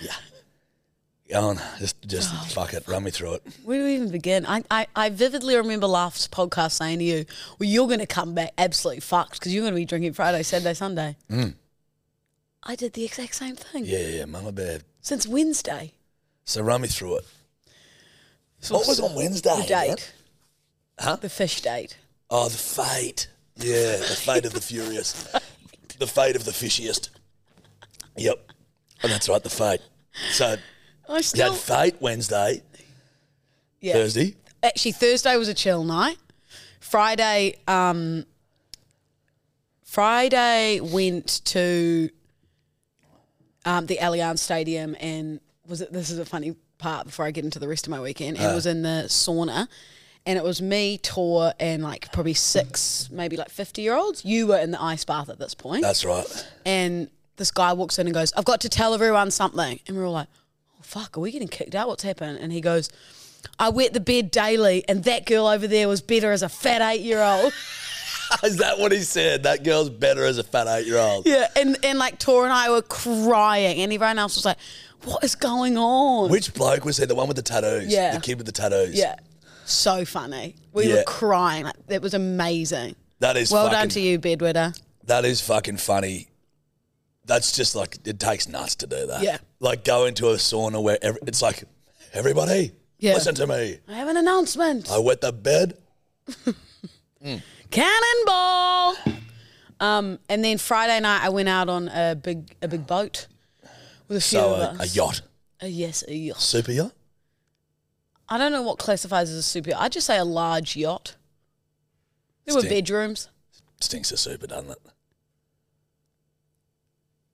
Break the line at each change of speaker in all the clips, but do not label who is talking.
Yeah. Go on. Just, just
Oh.
fuck it. Run me through it.
Where do we even begin? I, I, I vividly remember last podcast saying to you, well, you're going to come back absolutely fucked because you're going to be drinking Friday, Saturday, Sunday. I did the exact same thing
Mm. Yeah, yeah, yeah. Mama bad.
since Wednesday.
So run me through it.
So
What was on Wednesday?
The
man?
date.
Huh?
The fish date.
Oh, the fate. Yeah, the fate of the furious. The fate of the fishiest. Yep. And that's right, the fate. So
I
you
still.
had fate Wednesday,
yeah.
Thursday.
Actually, Thursday was a chill night. Friday, um, Friday went to um, the Allianz Stadium and was it? This is a funny part before I get into the rest of my weekend. And it was in the sauna, and it was me, Tor, and like probably six, maybe like fifty year olds. You were in the ice bath at this point,
That's right.
and this guy walks in and goes, "I've got to tell everyone something," and we're all like, "Oh fuck, are we getting kicked out? What's happened?" And he goes. I wet the bed daily, and that girl over there was better as a fat eight year old.
Is that what he said? That girl's better as a fat eight year old.
yeah, and, and like Tor and I were crying, and everyone else was like, What is going on?
Which bloke was he? The one with the tattoos.
Yeah.
The kid with the tattoos.
yeah, so funny. We
Yeah.
were crying. Like, that was amazing.
That is
well
fucking,
done to you, bedwetter.
That is fucking funny. That's just like it takes nuts to do that.
Yeah.
Like go into a sauna where every, it's like everybody,
Yeah.
listen to me.
I have an announcement.
I wet the bed.
Cannonball. Um, and then Friday night, I went out on a big a big boat with a few
So
of
a, a
us.
yacht,
Uh, yes, a yacht.
super yacht.
I don't know what classifies as a super yacht. I just say a large yacht. There were
Stink.
bedrooms,
Stinks of super, doesn't it?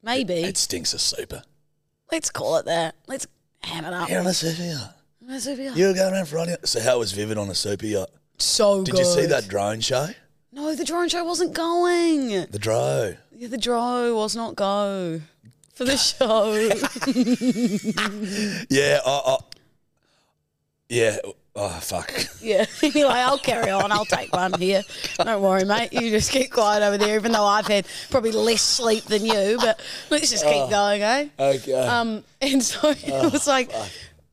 maybe.
It stinks of super.
Let's call it that. Let's ham it up.
You're on a super yacht.
A super yacht.
You're going around for on yacht. So how was Vivid on a super yacht?
So
Did
good.
you see that drone show?
No, the drone show wasn't going.
The drone.
Yeah, the drone was not go for the show.
Yeah. I, I, yeah. Oh fuck.
yeah. Anyway, I'll carry on. I'll take one here. Don't worry, mate. You just keep quiet over there, even though I've had probably less sleep than you. But let's just keep going, eh?
Okay.
Um, and so
Oh,
it was like,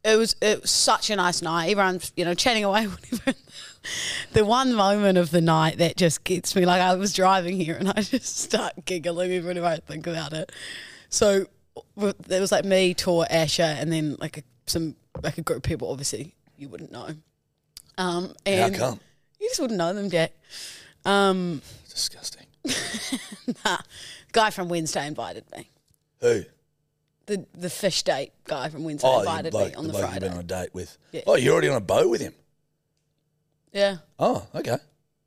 it was it was such a nice night. Everyone's you know chatting away, whatever. the one moment of the night that just gets me, like I was driving here and I just start giggling every time I think about it. So w- there was like me, Tor, Asher, and then like a, some like a group of people. Obviously, you wouldn't know. Um,
how
and
come?
you just wouldn't know them, Jack. Um,
Disgusting.
nah, guy from Wednesday invited me.
Who?
The the fish date guy from Wednesday
Oh, the
invited
bloke-
me on the,
bloke
Friday.
You've been on a date with.
Yeah.
Oh, you're already on a boat with him.
Yeah.
Oh, okay.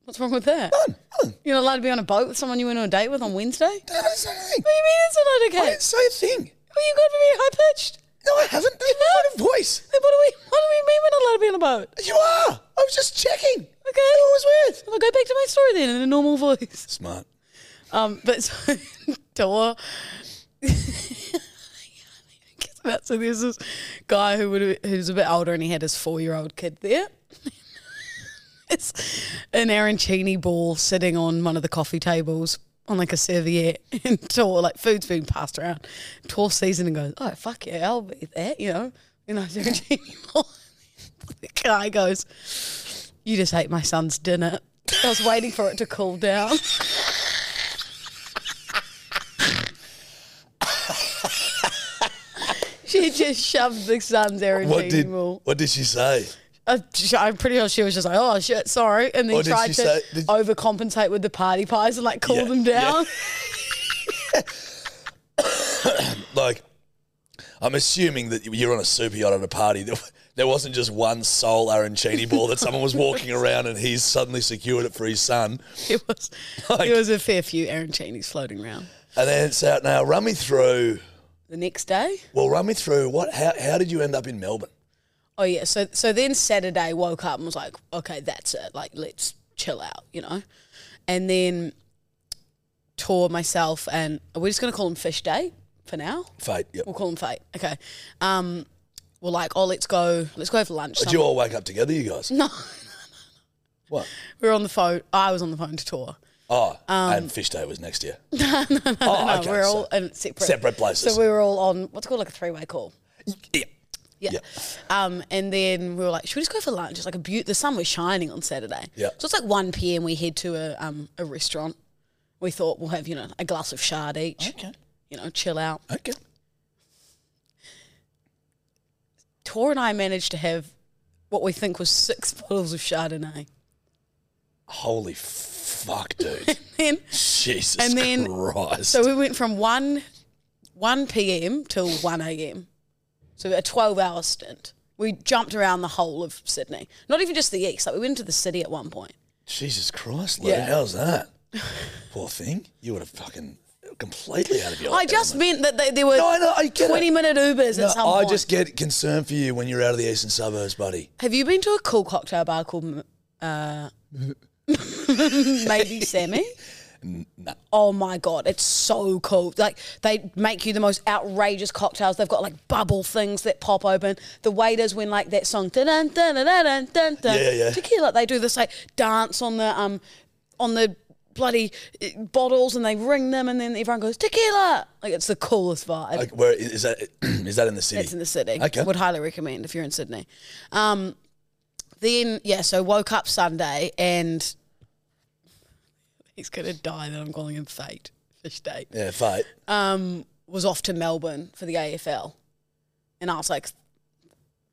What's wrong with that?
Done. Done.
You're not allowed to be on a boat with someone you went on a date with on Wednesday? What do
Done. That's the thing.
you mean it's not
I
okay?
didn't say a thing.
Well, you Oh, got very high pitched.
No, I haven't. They've not got a voice.
Then what do we what do we mean we're not allowed to be on a boat?
You are. I was just checking.
Okay. Who was with? I'll go back to my story then in a normal voice.
Smart.
Um, but so Tor gets about so there's this guy who would who's a bit older and he had his four year old kid there. it's an arancini ball sitting on one of the coffee tables on like a serviette and Tor like food's being passed around. Tor sees it and goes, Oh fuck yeah, I'll be that, you know. You know, arancini ball. the guy goes, You just ate my son's dinner. I was waiting for it to cool down. she just shoved the
What
son's arancini
did
ball.
What did she say?
Uh, sh- I'm pretty sure she was just like, oh shit, sorry, and then
Or did
tried
she
to
say- did-
overcompensate with the party pies and like cool
Yeah,
them
yeah.
down.
Like, I'm assuming that you're on a super yacht at a party. There, there wasn't just one sole arancini ball that someone was walking around and he's suddenly secured it for his son.
It was,
Like-
it was a fair few arancinis floating around.
And then it's out now. Run me through.
The next day,
Well, run me through. What? How, how did you end up in Melbourne?
oh yeah, so so then Saturday woke up and was like, okay, that's it, like let's chill out, you know, and then tore myself and we're just gonna call him Fish Day for now.
Fate. Yep.
We'll call him Fate. Okay, um, we're like, oh, let's go, let's go for lunch.
Did Oh, you all wake up together, you guys?
No,
What?
we were on the phone. I was on the phone to tour.
Oh,
Um,
and Fish Day was next year.
no, no, no,
Oh,
no.
okay,
we're
so
all in separate
separate places.
So we were all on what's called like a three way call.
Yeah.
Yeah. Um, and then we were like, should we just go for lunch? It's like a beaut. The sun was shining on Saturday.
Yeah.
So it's like one p.m. We head to a um a restaurant. We thought we'll have you know a glass of shard each.
Okay.
You know, chill out.
Okay.
Tor and I managed to have what we think was six bottles of Chardonnay.
Holy fuck, dude.
Then
Jesus
And then-
Christ.
so we went from one one p.m. till one a.m. So a twelve-hour stint. We jumped around the whole of Sydney. Not even just the east. Like we went into the city at one point.
Jesus Christ, Lou.
Yeah.
How's that? Poor thing. You would have fucking completely out of your
I just
element.
meant that they, there were
No, I know, I get it.
twenty-minute Ubers
No,
at some
I
point.
just get concerned for you when you're out of the eastern suburbs, buddy.
Have you been to a cool cocktail bar called m- uh, Maybe Sammy? No. Oh my god, it's so cool! Like they make you the most outrageous cocktails. They've got like bubble things that pop open. The waiters, when like that song, dun dun dun dun dun dun dun,
Yeah, yeah.
tequila, they do this like dance on the um on the bloody uh, bottles, and they ring them, and then everyone goes tequila. Like it's the coolest vibe.
Like, where is that? Is that in the city?
It's in the city.
Okay.
Would highly recommend if you're in Sydney. Um, then yeah, so woke up Sunday and he's gonna die that I'm calling him fate fish date.
yeah, fate.
Um, was off to Melbourne for the AFL, and I was like,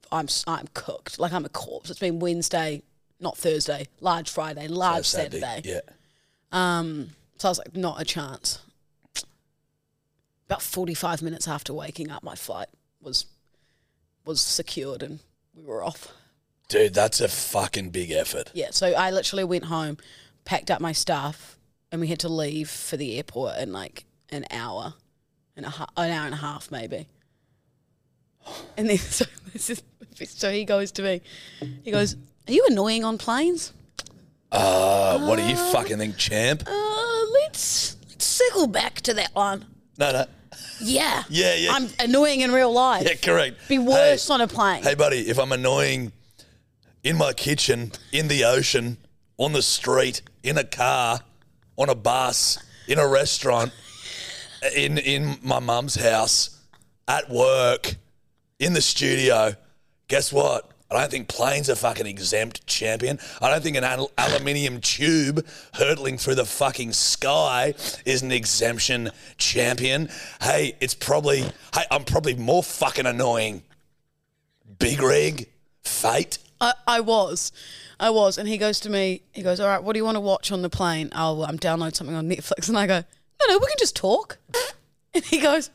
I'm s- I'm cooked. Like I'm a corpse. It's been Wednesday, not Thursday. Large Friday, large
Saturday.
Saturday.
Yeah.
Um, so I was like, not a chance. About forty-five minutes after waking up, my flight was was secured and we were off.
Dude, that's a fucking big effort.
Yeah, so I literally went home, packed up my stuff, and we had to leave for the airport in like an hour, and a ha- an hour and a half maybe. And then so this is, so he goes to me, he goes, "Are you annoying on planes?
Uh, what do you
Um,
fucking think, champ?
Uh, let's let's circle back to that one."
No, no.
Yeah.
Yeah, yeah.
I'm annoying in real life.
Yeah, correct.
Be
Hey.
worse on a plane.
Hey, buddy, if I'm annoying in my kitchen, in the ocean, on the street, in a car, on a bus, in a restaurant, in in my mum's house, at work, in the studio, guess what? I don't think planes are fucking exempt, champion. I don't think an al- aluminium tube hurtling through the fucking sky is an exemption, champion. Hey, it's probably, hey, I'm probably more fucking annoying Big Rig, Fate.
I, I was. I was. And he goes to me, he goes, All right, what do you want to watch on the plane? I'll um, download something on Netflix. And I go, No, no, we can just talk. And he goes,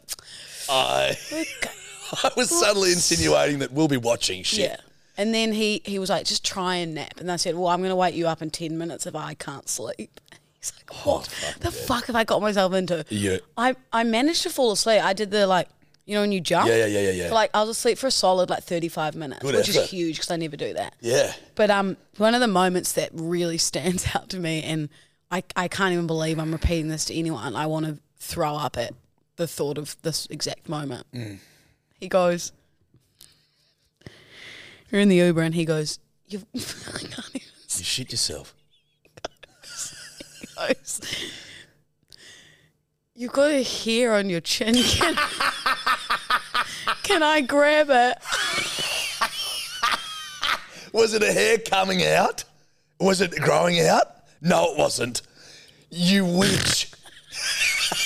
I, I was subtly insinuating that we'll be watching shit.
Yeah. And then he, he was like, Just try and nap. And I said, Well, I'm going to wake you up in 10 minutes if I can't sleep. He's like, What the fuck have I got myself into?
Oh, Yeah.
I, I managed to fall asleep. I did the like, you know, when you jump.
Yeah, yeah, yeah, yeah, yeah.
For, like I was asleep for a solid like 35 minutes,
Good
which
effort.
is huge because I never do that.
Yeah.
But um, one of the moments that really stands out to me, and I, I can't even believe I'm repeating this to anyone. I want to throw up at the thought of this exact moment. He goes, "You're in the Uber," and he goes, "You've." I can't even
You shit yourself.
goes, You've got a hair on your chin. Can, can I grab it?
Was it a hair coming out? Was it growing out? No, it wasn't. You witch.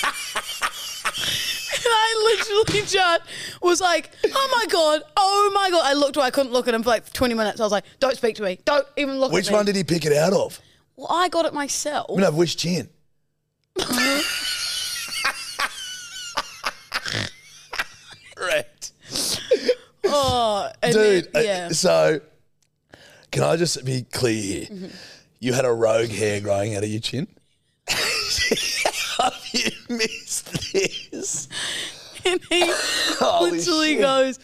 And I literally just was like, oh my God, oh my God. I looked away. I couldn't look at him for like 20 minutes. I was like, don't speak to me. Don't even look
Which
at me.
one did he pick it out of?
Well, I got it myself.
I mean, I've which chin? right.
Oh, and
Dude,
then-
uh,
yeah.
so can I just be clear here?
Mm-hmm.
You had a rogue hair growing out of your chin? Have you missed this?
and he
Holy
literally
shit.
goes,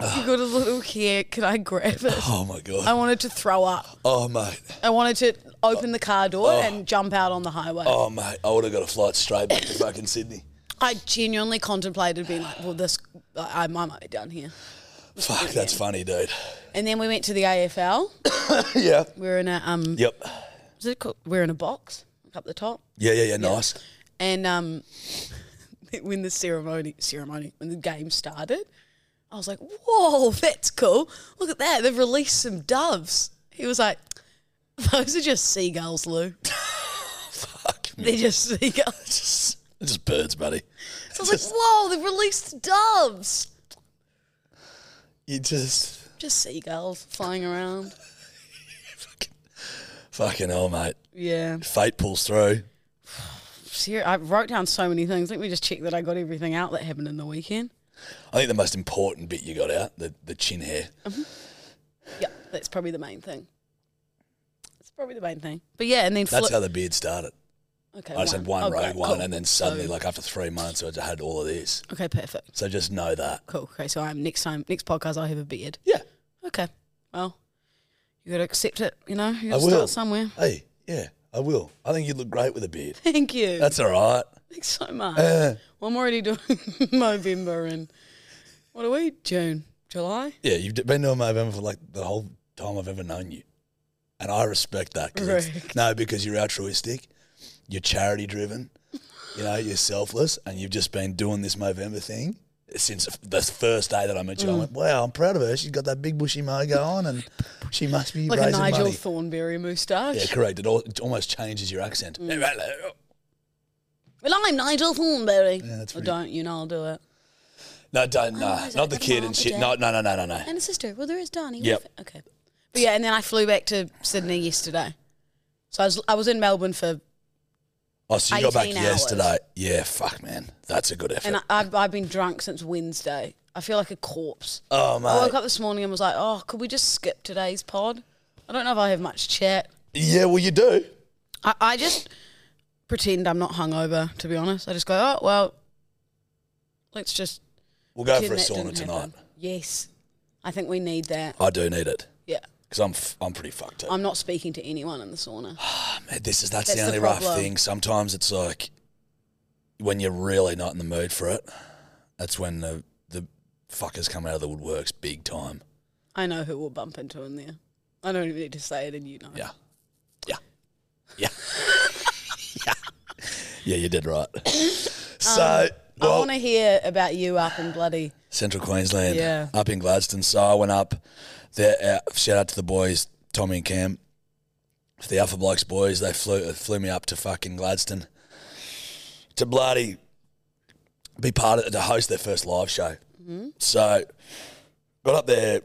you got a little hair. Can I grab it?
Oh my
I
god.
wanted to throw up.
Oh mate.
I wanted to open the car door and jump out on the highway.
Oh mate. I would have got a flight straight back to fucking Sydney.
I genuinely contemplated being like, well, this, I, I might be done here.
Fuck, that's funny, dude.
And then we went to the AFL.
yeah.
We We're in a, um,
Yep.
was it called? We're in a box up the top.
Yeah, yeah, yeah. Nice.
And um, when the ceremony, ceremony, when the game started, I was like, "Whoa, that's cool! Look at that! They've released some doves." He was like, "Those are just seagulls, Lou.
Fuck me.
They're just seagulls."
Just, just birds, buddy.
So I was like, "Whoa, they've released doves!
You just
Just seagulls flying around."
fucking hell, mate.
Yeah,
Fate pulls through.
Ser- I wrote down so many things. Let me just check that I got everything out that happened in the weekend.
I think the most important bit you got out, the, the chin hair.
Yeah, that's probably the main thing. That's probably the main thing. But yeah, and then
That's
flip-
how the beard started.
okay,
I just had one
Oh,
rogue
great,
one,
cool.
and then suddenly,
So-
like after three months, I just had all of this.
Okay, perfect.
So just know that.
Cool. Okay, so I'm next time next podcast I'll have a beard.
Yeah,
Okay. Well, you gotta accept it, you know?
I
You gotta
will.
start somewhere.
Hey, yeah, I will. I think you look great with a beard.
Thank you.
That's all right.
Thanks so much.
Uh,
well, I'm already doing November and what are we? June. July?
yeah, you've been doing my for like the whole time I've ever known you, and I respect that. 'cause it's-
Correct.
no, because you're altruistic, you're charity driven, you know, you're selfless, and you've just been doing this Movember thing. Since the first day that I met you,
Mm.
I went, "Wow, I'm proud of her. She's got that big bushy mogo on, and she must be
Like a
raising
Nigel
money."
Thornberry moustache.
Yeah, correct. It, al it almost changes your accent.
Mm.
oh.
Well, I'm Nigel Thornberry.
Yeah, that's
Well,
pretty-
don't you know I'll do it.
No, don't. No,
Oh, is
not
it
the
the
kid
mom
and
or
shit.
dad?
No, no, no, no, no, no.
And a sister. Well there is Donnie.
Yep.
What if- Okay. But yeah, and then I flew back to Sydney yesterday. So I was I was in Melbourne for
Oh, so you got back
18 hours.
yesterday. Yeah, fuck, man. That's a good effort.
and I, I've I've been drunk since Wednesday. I feel like a corpse.
oh,
I woke
mate.
up this morning and was like, oh, could we just skip today's pod? I don't know if I have much chat.
Yeah, well, you do.
I, I just pretend I'm not hungover, to be honest. I just go, oh, well, let's just
We'll go
pretend
for a sauna
that didn't
tonight.
happen. Yes. I think we need that.
I do need it
Yeah.
because I'm f- I'm pretty fucked up.
I'm not speaking to anyone in the sauna.
Man, this is that's, the
That's the
only rough
problem.
thing. Sometimes it's like when you're really not in the mood for it. That's when the the fuckers come out of the woodworks big time.
I know who we'll bump into in there. I don't even need to say it, and you know.
Yeah. Yeah. Yeah. yeah. Yeah, you did right. so,
Um, I
well,
want to hear about you up in bloody.
Central Queensland,
Yeah.
up in Gladstone. So I went up there. Uh, shout out to the boys, Tommy and Cam, the Alpha Blokes boys. They flew, flew me up to fucking Gladstone to bloody be part of, to host their first live show.
Mm-hmm.
So got up there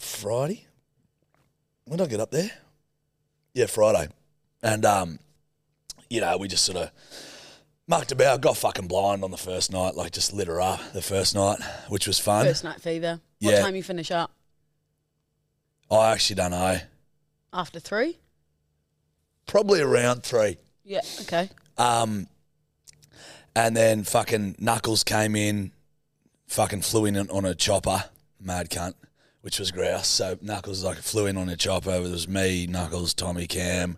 Friday. When did I get up there? Yeah, Friday. And, um, you know, we just sort of mucked about, got fucking blind on the first night, like just lit her up the first night, which was fun.
First night fever. What
Yeah.
time you finish up?
I actually don't know.
After three?
Probably around three.
Yeah. Okay.
Um, and then fucking Knuckles came in, fucking flew in on a chopper, mad cunt, which was grouse. So Knuckles like flew in on a chopper. It was me, Knuckles, Tommy, Cam,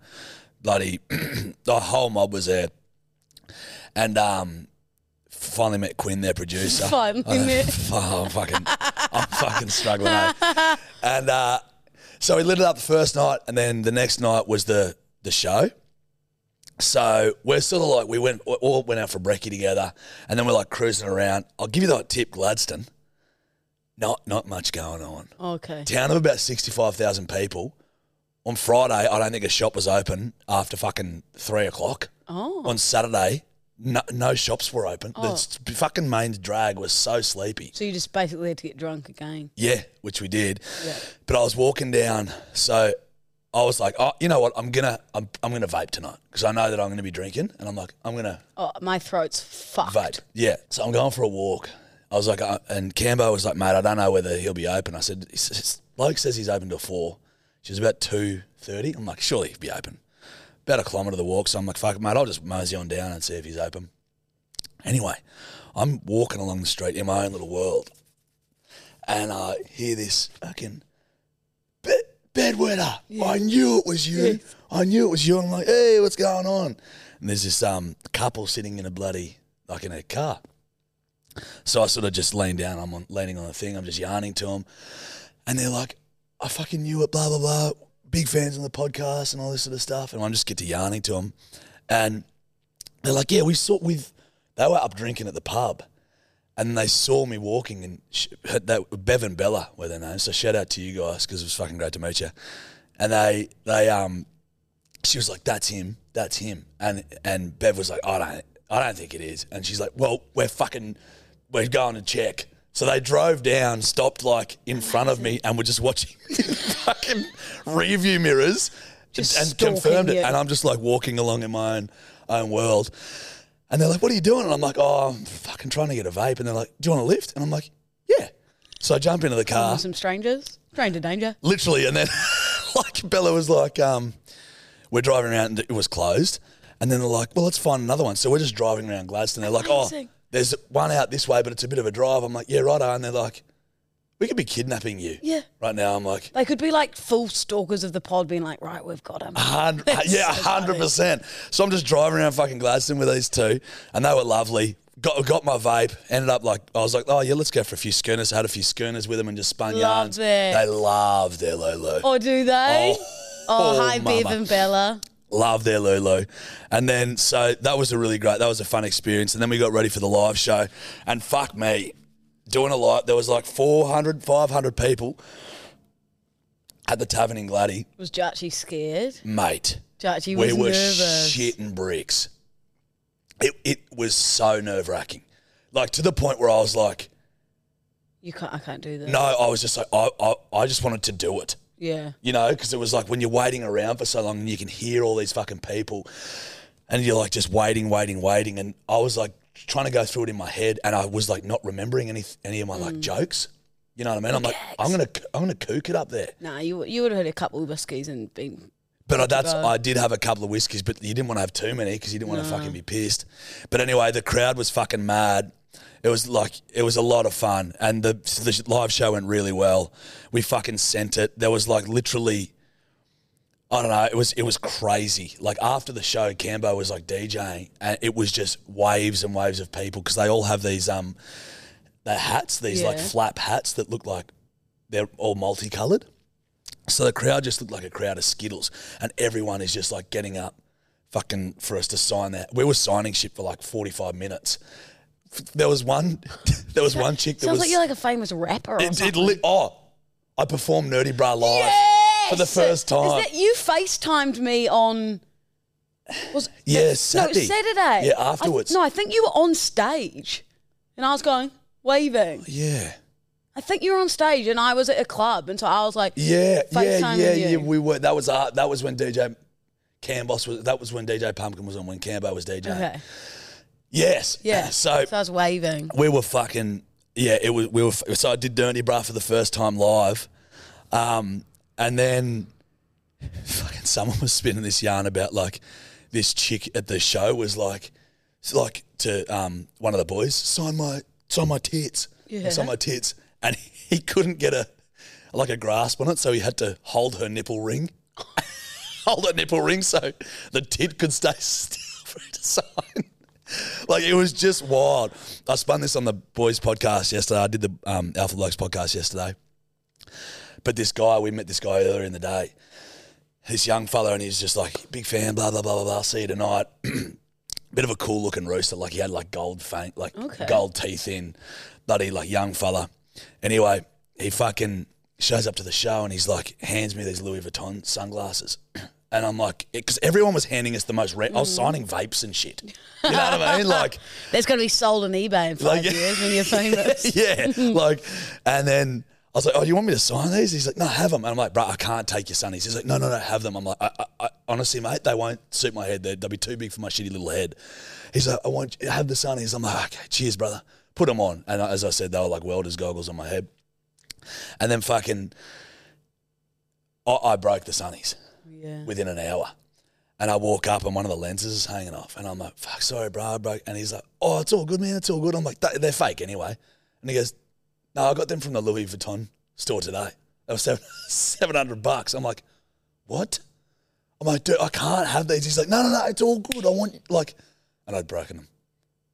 bloody, the whole mob was there. And um, finally met Quinn, their producer.
Finally met.
Oh, I'm fucking, I'm fucking struggling. eh? And uh, so we lit it up the first night, and then the next night was the the show. So we're sort of like we went we all went out for brekkie together, and then we're like cruising around. I'll give you that tip, Gladstone. Not not much going on.
Okay.
Town of about sixty five thousand people. On Friday, I don't think a shop was open after fucking three o'clock.
Oh.
On Saturday, no, no shops were open. The s- fucking main drag was so sleepy.
So you just basically had to get drunk again.
Yeah, which we did. But I was walking down, so I was like, "Oh, you know what? I'm gonna, I'm, I'm gonna vape tonight because I know that I'm gonna be drinking." And I'm like, "I'm gonna
Oh, my throat's fucked.
vape." Yeah. So I'm going for a walk. I was like, uh, and Cambo was like, "Mate, I don't know whether he'll be open." I said, "This- this "Bloke says he's open till four. She's about two thirty. I'm like, "Surely he'll be open." About a kilometre to walk, so I'm like, "Fuck, it, mate, I'll just mosey on down and see if he's open." Anyway, I'm walking along the street in my own little world, and I hear this fucking bed, bedwetter. I knew it was you. I knew it was you. I'm like, hey, what's going on? And there's this um couple sitting in a bloody like in a car. So I sort of just lean down. I'm on, leaning on the thing. I'm just yarning to them, and they're like, I fucking knew it. Blah blah blah. Big fans on the podcast and all this sort of stuff. And I just get to yarning to them, and they're like, yeah, we saw with. They were up drinking at the pub and they saw me walking and sh- that Bev and Bella were their names. So shout out to you guys because it was fucking great to meet you. And they they um, she was like, "That's him, that's him," and and Bev was like, "I don't, I don't think it is." And she's like, "Well, we're fucking, we're going to check." So they drove down, stopped like in front of me, and were just watching fucking rearview mirrors,
Just
and
stalking
confirmed it.
you.
And I'm just like walking along in my own own world. And they're like, "What are you doing?" And I'm like, "Oh, I'm fucking trying to get a vape." And they're like, "Do you want a lift?" And I'm like, "Yeah." So I jump into the car,
Some strangers. Stranger danger.
literally, and then like Bella was like, um, "We're driving around, and it was closed." And then they're like, "Well, let's find another one." So we're just driving around Gladstone. They're like, "Oh,
Amazing.
there's one out this way, but it's a bit of a drive." I'm like, "Yeah, right." And they're like, "We could be kidnapping you."
Yeah.
Right now, I'm like,
They could be like full stalkers of the pod, being like, right, we've got them.
A hundred- yeah, a hundred percent. So I'm just driving around fucking Gladstone with these two, and they were lovely. Got got my vape. Ended up like I was like, oh yeah, let's go for a few schooners. Had a few schooners with them and just spun
Love
yarns.
it.
They love their Lolo.
Or do they?
Oh.
Oh,
Oh,
hi, Bev
mama.
and Bella.
Love their Lolo. And then so that was a really great. That was a fun experience. And then we got ready for the live show, and fuck me, doing a live. There was like 400, 500 people at the tavern in Gladdy,
Was Jarchi scared?
mate.
Jarchi
we
was
were
nervous.
shitting bricks. It it was so nerve wracking, like to the point where I was like,
You can't. I can't do this.
no, I was just like, I I, I just wanted to do it,
Yeah.
you know, because it was like when you're waiting around for so long and you can hear all these fucking people, and you're like just waiting, waiting, waiting, and I was like trying to go through it in my head, and I was like not remembering any any of my
Mm.
like jokes, you know what I mean? I'm like, I'm gonna I'm gonna kook it up there.
Nah, you you would have had a couple of whiskies and been.
But I, that's
go.
I did have a couple of whiskeys, but you didn't want to have too many because you didn't want to fucking be pissed. But anyway, the crowd was fucking mad. It was like it was a lot of fun, and the the live show went really well. We fucking sent it. There was like literally, I don't know. It was it was crazy. Like after the show, Cambo was like DJing, and it was just waves and waves of people because they all have these um, the hats, these like
Yeah.
flap hats that look like they're all multicolored. So the crowd just looked like a crowd of Skittles, and everyone is just like getting up, fucking for us to sign that. We were signing shit for like forty five minutes. F- There was one, there was one chick that
Sounds
was.
like you're like a famous rapper. Or
it, it
something.
li- oh, I performed Nerdy Bra live for the
Yes!
first time.
Is that you FaceTimed me on? Was
Yeah,
No,
Saturday.
Saturday.
Yeah,
I th-
afterwards.
no, I think you were on stage, and I was going waving.
yeah,
I think you were on stage, and I was at a club, and so I was like,
yeah, yeah,
FaceTiming
yeah,
you.
yeah. We were. That was uh, that was when DJ Cambos was. That was when DJ Pumpkin was on. When Cambo was DJ.
Okay.
Yes.
Yeah.
So
I was waving.
we were fucking yeah it was we were f- so i did dirty bra for the first time live um and then fucking someone was spinning this yarn about like this chick at the show was like s- like to um one of the boys sign my sign my tits
Yeah.
sign my tits and he couldn't get a like a grasp on it so he had to hold her nipple ring hold her nipple ring so the tit could stay still for it to sign like it was just wild. I spun this on the boys' podcast yesterday. I did the um, Alpha Blokes podcast yesterday. But this guy, we met this guy earlier in the day. This young fella, and he's just like big fan. Blah blah blah blah blah. See you tonight. Bit of a cool looking rooster. Like he had like gold faint, like
Okay.
gold teeth in. Bloody like young fella. Anyway, he fucking shows up to the show and he's like hands me these Louis Vuitton sunglasses, And I'm like, because everyone was handing us the most rent. I was signing vapes and shit. You know what I mean? Like,
That's going to be sold on eBay in five
Like-
years when you're famous.
yeah, like, and then I was like, "Oh, you want me to sign these?" He's like, "No, have them." And I'm like, "Bro, I can't take your sunnies." He's like, "No, no, no, have them." I'm like, I, I, I, "Honestly, mate, they won't suit my head. They're, they'll be too big for my shitty little head." He's like, "I want you have the sunnies." I'm like, "Okay, cheers, brother." Put them on, and as I said, they were like welders goggles on my head, and then fucking, I, I broke the sunnies
yeah.
within an hour. And I walk up and one of the lenses is hanging off. And I'm like, fuck, sorry, bro, bro. And he's like, oh, it's all good, man. It's all good. I'm like, "They- they're fake anyway. And he goes, no, I got them from the Louis Vuitton store today. They were seven, 700 bucks. I'm like, what? I'm like, dude, I can't have these. He's like, no, no, no, it's all good. I want, like, and I'd broken them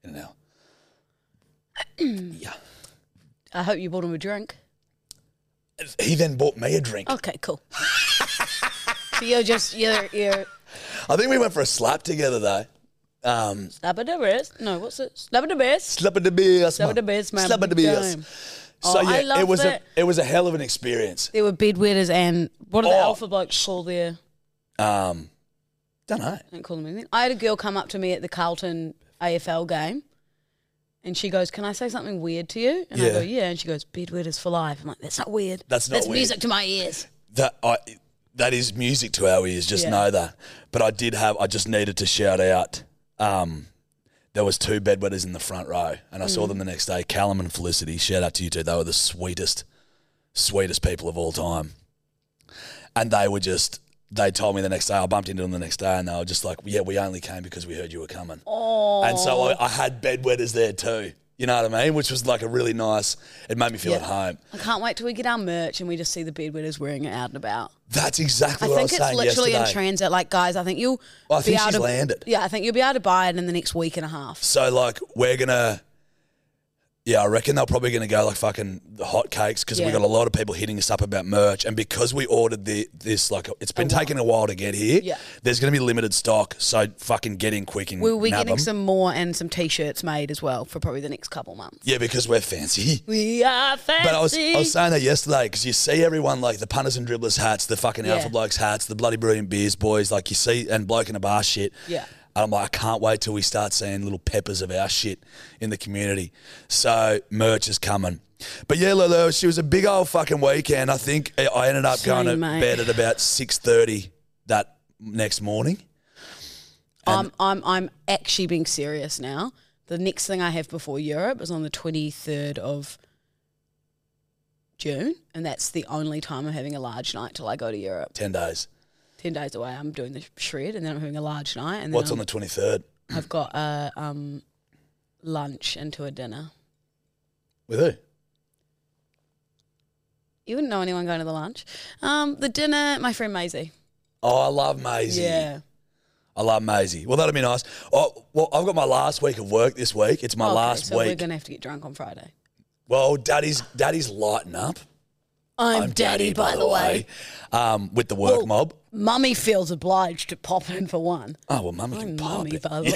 in an hour. yeah.
I hope you bought him a drink.
He then bought me a drink.
Okay, cool. so you're just you're you're
I think we went for a slap together, though. Um,
Slabadabas. No, what's it? Slabadabas.
Slap of the beers, man.
Slap of the beers, man.
Slap of the
Big
beers.
time.
So
Oh, I
yeah, it
love
was
it.
a it was a hell of an experience.
There were bedwetters and what are the
Oh.
alpha blokes called there?
Um, don't know.
Don't call them anything. I had a girl come up to me at the Carlton AFL game, and she goes, "Can I say something weird to you?" And I
Yeah.
go, "Yeah." And she goes, "Bedwetters for life." I'm like, "That's not weird.
That's not
That's
weird.
music to my ears."
That I that is music to our ears. Just
Yeah.
know that. But I did have. I just needed to shout out. Um, there was two bedwetters in the front row, and I
Mm.
saw them the next day. Callum and Felicity. Shout out to you two. They were the sweetest, sweetest people of all time. And they were just. They told me the next day. I bumped into them the next day, and they were just like, "Yeah, we only came because we heard you were coming."
Oh,
And so I, I had bedwetters there too. You know what I mean? Which was like a really nice. It made me feel
Yeah.
at home.
I can't wait till we get our merch and we just see the bedwetters wearing it out and about.
That's exactly
I
what I
think
was
it's
saying
literally
yesterday.
in transit. Like, guys, I think you'll
Well, I
be
think
able
she's
to
landed.
Yeah, I think you'll be able to buy it in the next week and a half.
so like we're gonna. Yeah, I reckon they're probably going to go like fucking the hotcakes because we
Yeah.
got a lot of people hitting us up about merch, and because we ordered the this like it's been taking a while to get here.
Yeah.
there's going to be limited stock, so fucking get in quick and
We'll be
nab
getting
'em.
some more and some t-shirts made as well for probably the next couple months.
Yeah, because we're fancy.
We are fancy.
But I was, I was saying that yesterday because you see everyone like the punters and dribblers hats, the fucking
Yeah.
alpha blokes hats, the bloody brilliant beers boys, like you see, and bloke in a bar shit.
Yeah.
And I'm like, I can't wait till we start seeing little peppers of our shit in the community. So merch is coming. But yeah, Lulu, she was a big old fucking weekend. I think I- I ended up
Same,
going to
mate.
bed at about six thirty that next morning.
I'm, I'm, I'm actually being serious now. The next thing I have before Europe is on the 23rd of June, and that's the only time I'm having a large night till I go to Europe.
Ten days.
Ten days away, I'm doing the shred, and then I'm having a large night. And then
What's
I'm-
on the twenty third
I've got a um, lunch into a dinner.
with who?
You wouldn't know anyone going to the lunch. Um, the dinner, my friend Maisie.
Oh, I love Maisie.
Yeah.
I love Maisie. Well, that'll be nice. Oh, well, I've got my last week of work this week. It's my
Okay,
last
so
week.
We're gonna have to get drunk on Friday.
Well, daddy's daddy's lighting up.
I'm, daddy, by, the way.
Um, with the work
Well-
mob.
Mummy feels obliged to pop in for one.
Oh well, mummy can
I'm
pop
mummy,
it.
by the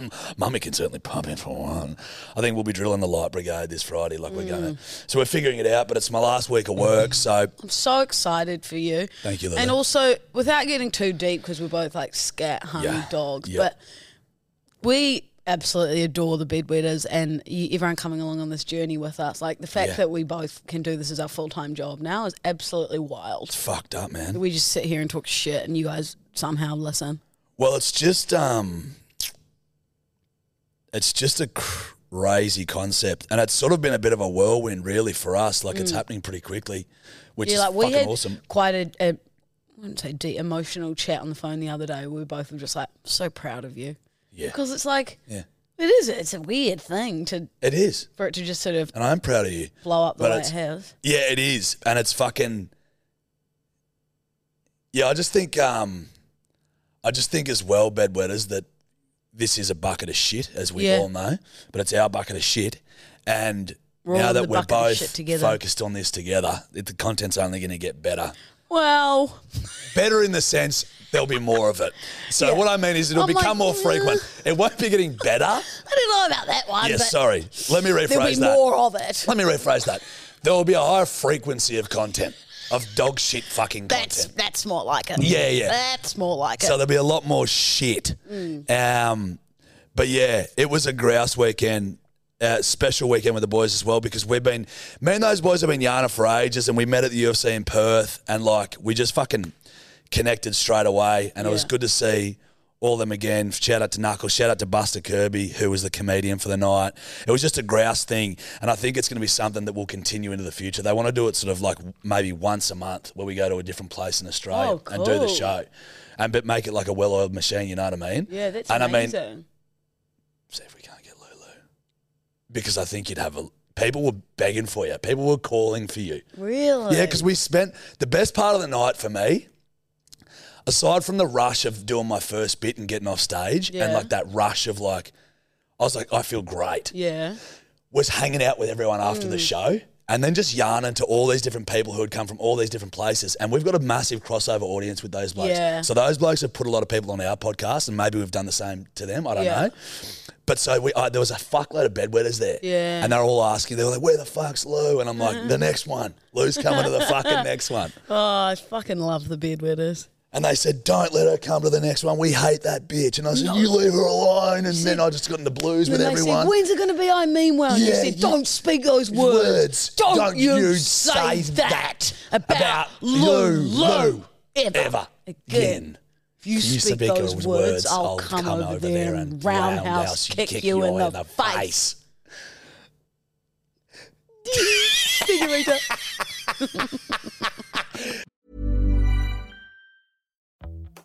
way.
Mummy can certainly pop in for one. I think we'll be drilling the light brigade this Friday, like we're going.
Mm.
to So we're figuring it out. But it's my last week of work, so
I'm so excited for you.
Thank you, Lily.
And also, without getting too deep, because we're both like scat hung
Yeah.
dogs,
Yeah.
but we absolutely adore the bedwetters and y- everyone coming along on this journey with us. Like the fact
Yeah.
that we both can do this as our full time job now is absolutely wild.
it's fucked up, man.
We just sit here and talk shit, and you guys somehow listen.
Well, it's just um, it's just a crazy concept, and it's sort of been a bit of a whirlwind, really, for us. Like it's happening pretty quickly, which
yeah,
is
Mm. like we
fucking
had
awesome.
quite a, a I wouldn't say de- emotional chat on the phone the other day. We both were just like so proud of you
Yeah,
because it's like
yeah,
it is. It's a weird thing to
it is.
for it to just sort of
and I'm proud of you.
blow up the
But
way it
it's-
has.
Yeah, it is, and it's fucking. Yeah, I just think, um, I just think as well, bedwetters, that this is a bucket of shit, as we
Yeah.
all know, but it's our bucket of shit, and
We're all
now
in
that
the
we're
bucket of
both
shit together.
focused on this together, it, the content's only going to get better.
Well,
Better in the sense there'll be more of it. So
Yeah.
what I mean is it'll
I'm like,
become more frequent. It won't be getting better.
I don't know about that one.
yeah,
but
sorry. Let me rephrase
there'll be
that.
more of it.
Let me rephrase that. There will be a higher frequency of content. of dog shit fucking
That's
content.
that's more like it.
Yeah, yeah.
That's more like
So
it. Mm.
there'll be a lot more shit. Um, but yeah, it was a grouse weekend, uh, special weekend with the boys as well because we've been, me and those boys have been yarning for ages, and we met at the UFC in Perth, and like we just fucking connected straight away, and it was
Yeah.
good to see. All them again. Shout out to Knuckles. Shout out to Buster Kirby, who was the comedian for the night. It was just a grouse thing, and I think it's going to be something that will continue into the future. They want to do it sort of like maybe once a month, where we go to a different place in Australia
Oh,
and do the
cool.
show and but make it like a well-oiled machine. You know what I mean?
yeah, that's
and
amazing.
I mean, see if we can't get Lulu because I think you'd have a people were begging for you. People were calling for you.
really?
Yeah, because we spent the best part of the night for me. Aside from the rush of doing my first bit and getting off stage, and
Yeah.
like that rush of like, I was like, I feel great
Yeah.
was hanging out with everyone after
Mm.
the show and then just yarning to all these different people who had come from all these different places. And we've got a massive crossover audience with those blokes.
Yeah.
So those blokes have put a lot of people on our podcast and maybe we've done the same to them. I don't
Yeah.
know. But so we, I, there was a fuckload of bedwetters there.
Yeah.
And they're all asking, they were like, where the fuck's Lou? And I'm like, the next one. Lou's coming to the fucking next one.
Oh, I fucking love the bedwetters.
And they said, don't let her come to the next one. We hate that bitch. And I said, you leave her alone. And then I just got in the blues with
And they
everyone.
said, "When's it going to be?" I mean, well, and you
Yeah,
said,
you-
"Don't speak those words.
Words.
Don't,
Don't
you,
you
say,
say
that,
that
about,
about
Lou,
Lou,
Lou
Lou
ever,
ever again.
If you
You
speak those words, I'll, come, over, there and roundhouse, kick, you in the, face." Did you read that?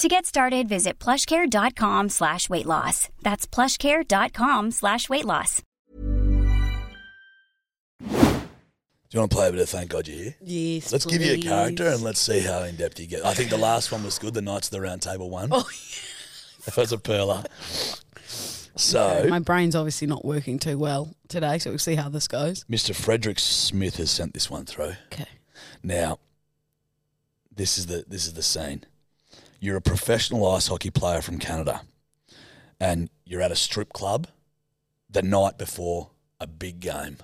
To get started, visit plushcare.com slash weight loss. That's plushcare.com slash weight loss.
Do you want to play a bit of Thank God You're Here?
Yes.
Let's give you a character
please.
and let's see how in depth you get. I think the last one was good, the Knights of the Round Table one.
Oh,
That was a perler. So,
My brain's obviously not working too well today, so we'll see how this goes.
Mr. Frederick Smith has sent this one through.
Okay.
Now, this is the this is the scene. You're a professional ice hockey player from Canada, and you're at a strip club the night before a big game.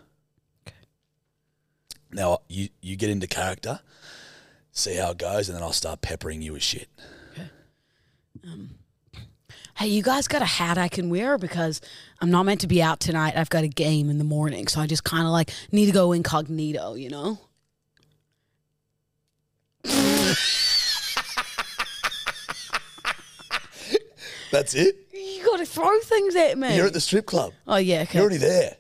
Now you you get into character, see how it goes, and then I'll start peppering you with shit.
Hey, you guys got a hat I can wear because I'm not meant to be out tonight. I've got a game in the morning, so I just kind of like need to go incognito, you know?
That's it.
You got to throw things at me.
You're at the strip club.
oh, yeah. Okay.
You're already there.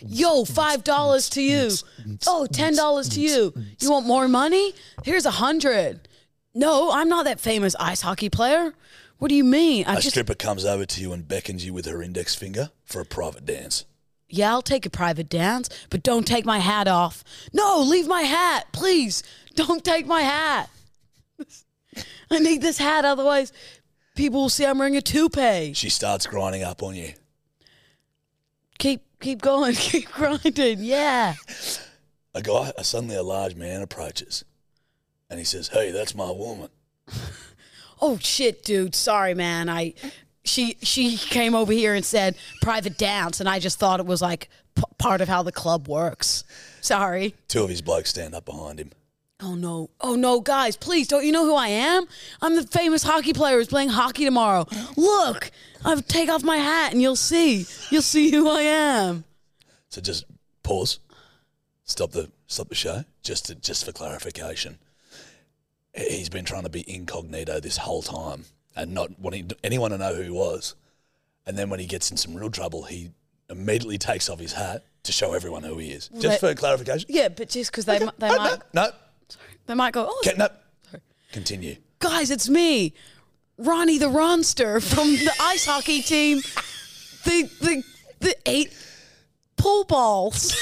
Yo, $5 to you. Oh, $10 to you. You want more money? Here's a 100 No, I'm not that famous ice hockey player. What do you mean? I
A
just,
stripper comes over to you and beckons you with her index finger for a private dance.
yeah, I'll take a private dance, but don't take my hat off. No, leave my hat, please. Don't take my hat. I need this hat, otherwise, people will see I'm wearing a toupee.
She starts grinding up on you.
Keep, keep going, keep grinding. Yeah.
a guy, a suddenly a large man approaches, and he says, "Hey, that's my woman."
Oh shit, dude. Sorry, man. I she she came over here and said private dance, and I just thought it was like p- part of how the club works. Sorry.
Two of his blokes stand up behind him.
Oh no! Oh no, guys! Please don't you know who I am? I'm the famous hockey player who's playing hockey tomorrow. Look, I'll take off my hat and you'll see. You'll see who I am.
So just pause, stop the stop the show, just to, just for clarification. He- He's been trying to be incognito this whole time and not wanting anyone to know who he was. And then when he gets in some real trouble, he immediately takes off his hat to show everyone who he is. Just
that-
for clarification. Oh,
Yeah, but just because they mi- they might
No,
they might go, oh
can, no. Continue.
guys, it's me, Ronnie the Ronster from the ice hockey team. The the the eight pool balls.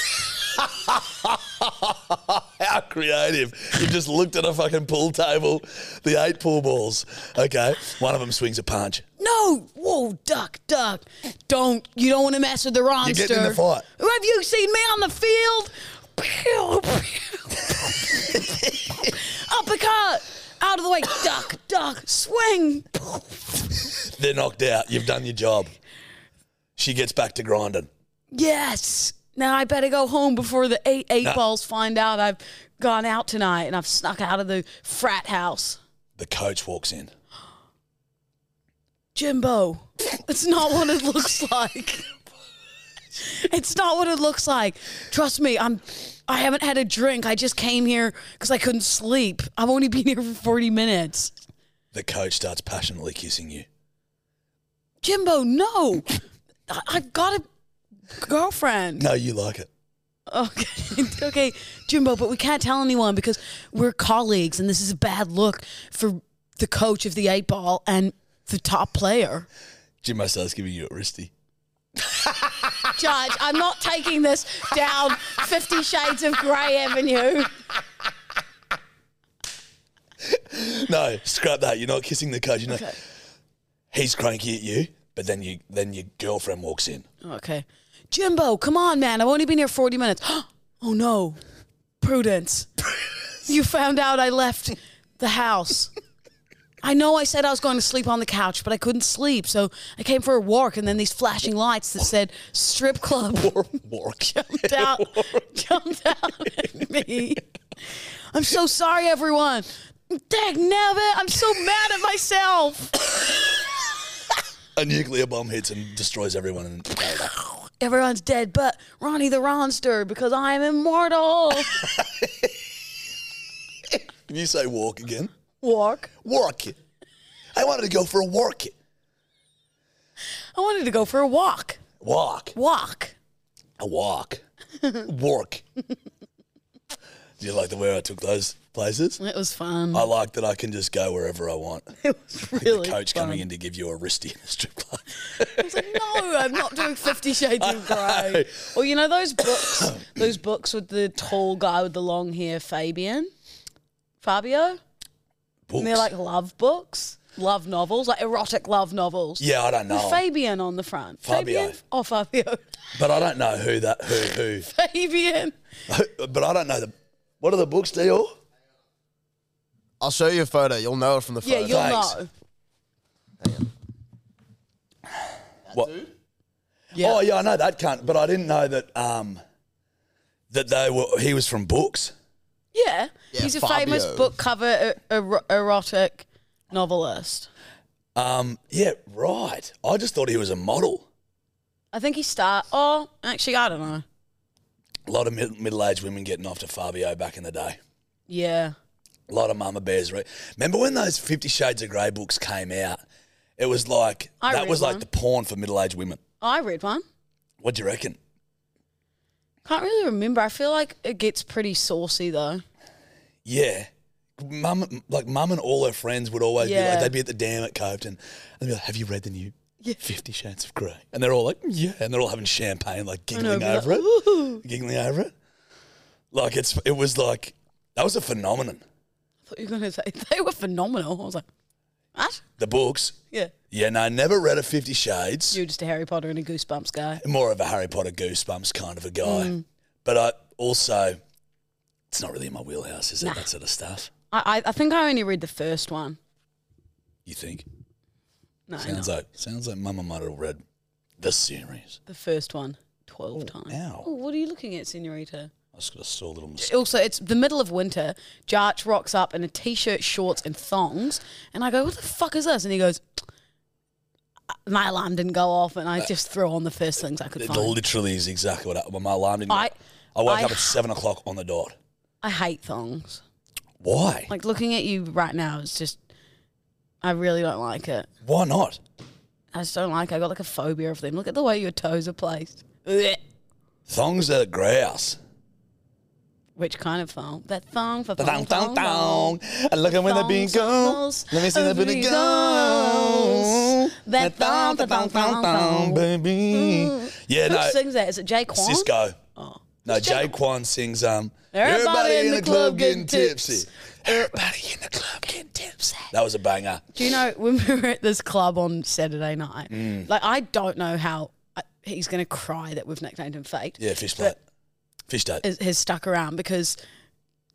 How creative. You just looked at a fucking pool table, the eight pool balls. Okay. One of them swings a punch.
No, whoa, duck, duck! Don't you don't want to mess with the Ronster?
getting in the fight.
Have you seen me on the field? Pew, pew. Uppercut! Out of the way, duck, duck, swing.
They're knocked out. You've done your job. She gets back to grinding.
Yes. Now I better go home before the eight eight
No.
balls find out I've gone out tonight and I've snuck out of the frat house.
The coach walks in.
Jimbo, it's not what it looks like. It's not what it looks like. Trust me, I'm. I haven't had a drink. I just came here because I couldn't sleep. I've only been here for forty minutes.
The coach starts passionately kissing you.
Jimbo, no, I, I've got a girlfriend.
No, you like it.
Okay, okay, Jimbo, but we can't tell anyone because we're colleagues, and this is a bad look for the coach of the eight ball and the top player.
Jimbo starts giving you a wristy.
Judge, I'm not taking this down Fifty Shades of Grey Avenue.
No, scrap that. You're not kissing the coach. You're not. He's cranky at you, but then you then your girlfriend walks in.
Okay, Jimbo, come on, man. I've only been here 40 minutes. oh no, Prudence, you found out I left the house. I know I said I was going to sleep on the couch, but I couldn't sleep, so I came for a walk, and then these flashing lights that said strip club.
Or walk.
jumped out, jumped out at me. I'm so sorry, everyone. Dag nabbit, I'm so mad at myself.
A nuclear bomb hits and destroys everyone in Canada.
Everyone's dead, but Ronnie the Ronster because I am immortal.
Can you say walk again?
Walk.
Walk. I wanted to go for a walk.
I wanted to go for a walk.
Walk.
Walk.
A walk. Walk. Do you like the way I took those places?
It was fun.
I like that I can just go wherever I want.
it was
Oh, the
really
coach
fun.
coming in to give you a wristy in a strip club.
I was like, no, I'm not doing Fifty Shades of Grey. Or you know those books, those books with the tall guy with the long hair, Fabian, Fabio. And they're
Books.
like love books, love novels, like erotic love novels.
yeah, I don't
With
know,
Fabian on the front.
Fabio.
Fabian? Oh, Fabio.
but I don't know who that who
Fabian.
who. But I don't know the. What are the books, Dior?
I'll show you a photo. You'll know it from the
Yeah,
photo.
you'll
Thanks.
know.
What?
Yeah.
Oh yeah, I know that cunt, but I didn't know that um that they were. He was from books.
Yeah.
Yeah,
He's a
Fabio.
famous book cover er- er- erotic novelist.
Um, yeah, right. I just thought he was a model.
I think he start. Oh, actually, I don't know.
A lot of mid- middle-aged women getting off to Fabio back in the day.
Yeah.
A lot of Mama Bears. Re- Remember when those Fifty Shades of Grey books came out? It was like
I
that
read
was
one.
like the porn for middle-aged women.
I read one.
What do you reckon?
Can't really remember. I feel like it gets pretty saucy though.
Yeah. Mum, like mum and all her friends would always be
Yeah.
like, they'd be at the dam at Coveton, and they'd be like, "Have you read the new Fifty Shades of Grey?" And they're all like, "Yeah," and they're all having champagne, like
I know,
giggling
I'd be
over
like,
it,
"Ooh."
giggling over it. Like it's, it was like that was a phenomenon.
I thought you were going to say they were phenomenal. I was like, what?
The books,
Yeah.
yeah, no, I never read a Fifty Shades.
You're just a Harry Potter and a Goosebumps guy.
More of a Harry Potter goosebumps kind of a guy,
Mm.
but I also, it's not really in my wheelhouse, is it? That sort of stuff.
I, I, I think I only read the first one.
You think?
No,
Sounds
no.
like sounds like Mama might have read the series.
the first one 12 times.
ow.
Oh, what are you looking at, Senorita?
I just got a sore little mistake.
Also, it's the middle of winter. Jarch rocks up in a t-shirt, shorts, and thongs, and I go, "What the fuck is this?" And he goes, "My alarm didn't go off, and I just threw on the first things I could
It
find."
literally is exactly what happened. My alarm didn't.
I-
go. I woke
I-
up at seven o'clock on the dot.
I hate thongs.
Why?
Like looking at you right now is just, I really don't like it.
Why not?
I just don't like. It. I got like a phobia of them. Look at the way your toes are placed. Blech.
Thongs are grouse.
Which kind of thong? That thong for
Thong,
thong,
thong,
thong.
thong. I look at when the beat goes.
Thongs,
Let me see the
over
beat
the
goes.
goes. That thong,
thong,
thong, thong, thong.
baby. Yeah,
Who
no.
sings that? Is it Jay Kwan?
Cisco.
Oh.
No,
It's
Jay
Jay-
Quan sings um.
Everybody in the club getting tips.
Everybody in the club getting tipsy. That was a banger.
Do you know when we were at this club on Saturday night?
Mm.
Like, I don't know how I, he's going to cry that we've nicknamed him Faked.
Yeah, fish plate. Fish date.
Is, has stuck around because,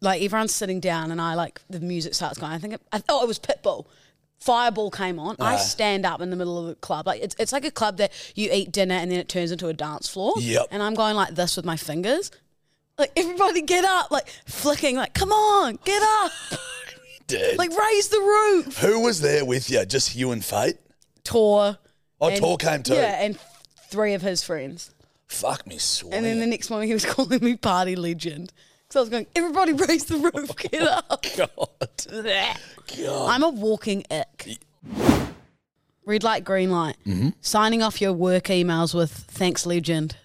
like, everyone's sitting down and I like the music starts going. I think it, I thought it was Pitbull. Fireball came on. I stand up in the middle of the club. Like it's, it's like a club that you eat dinner and then it turns into a dance floor.
Yep.
And I'm going like this with my fingers. Like everybody get up, like flicking, like come on, get up,
Dude.
like raise the roof.
Who was there with you? Just you and Fate?
Tor.
Oh,
and-
Tor came too.
Yeah, and three of his friends.
Fuck me, swear.
And then the next morning he was calling me party legend. Because I was going, everybody raise the roof, get up.
God. God.
I'm a walking ick. Red light, green light. Signing off your work emails with thanks legend.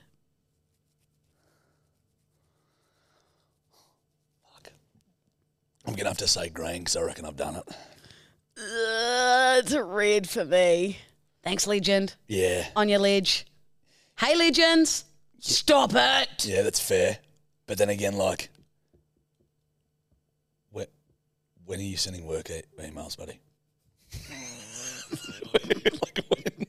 I'm going to have to say green because I reckon I've done it.
Ugh, it's a red for me. Thanks legend.
Yeah.
On your ledge. Hey legends, stop it.
Yeah, that's fair. But then again, like, when, when are you sending work e- emails, buddy? like when?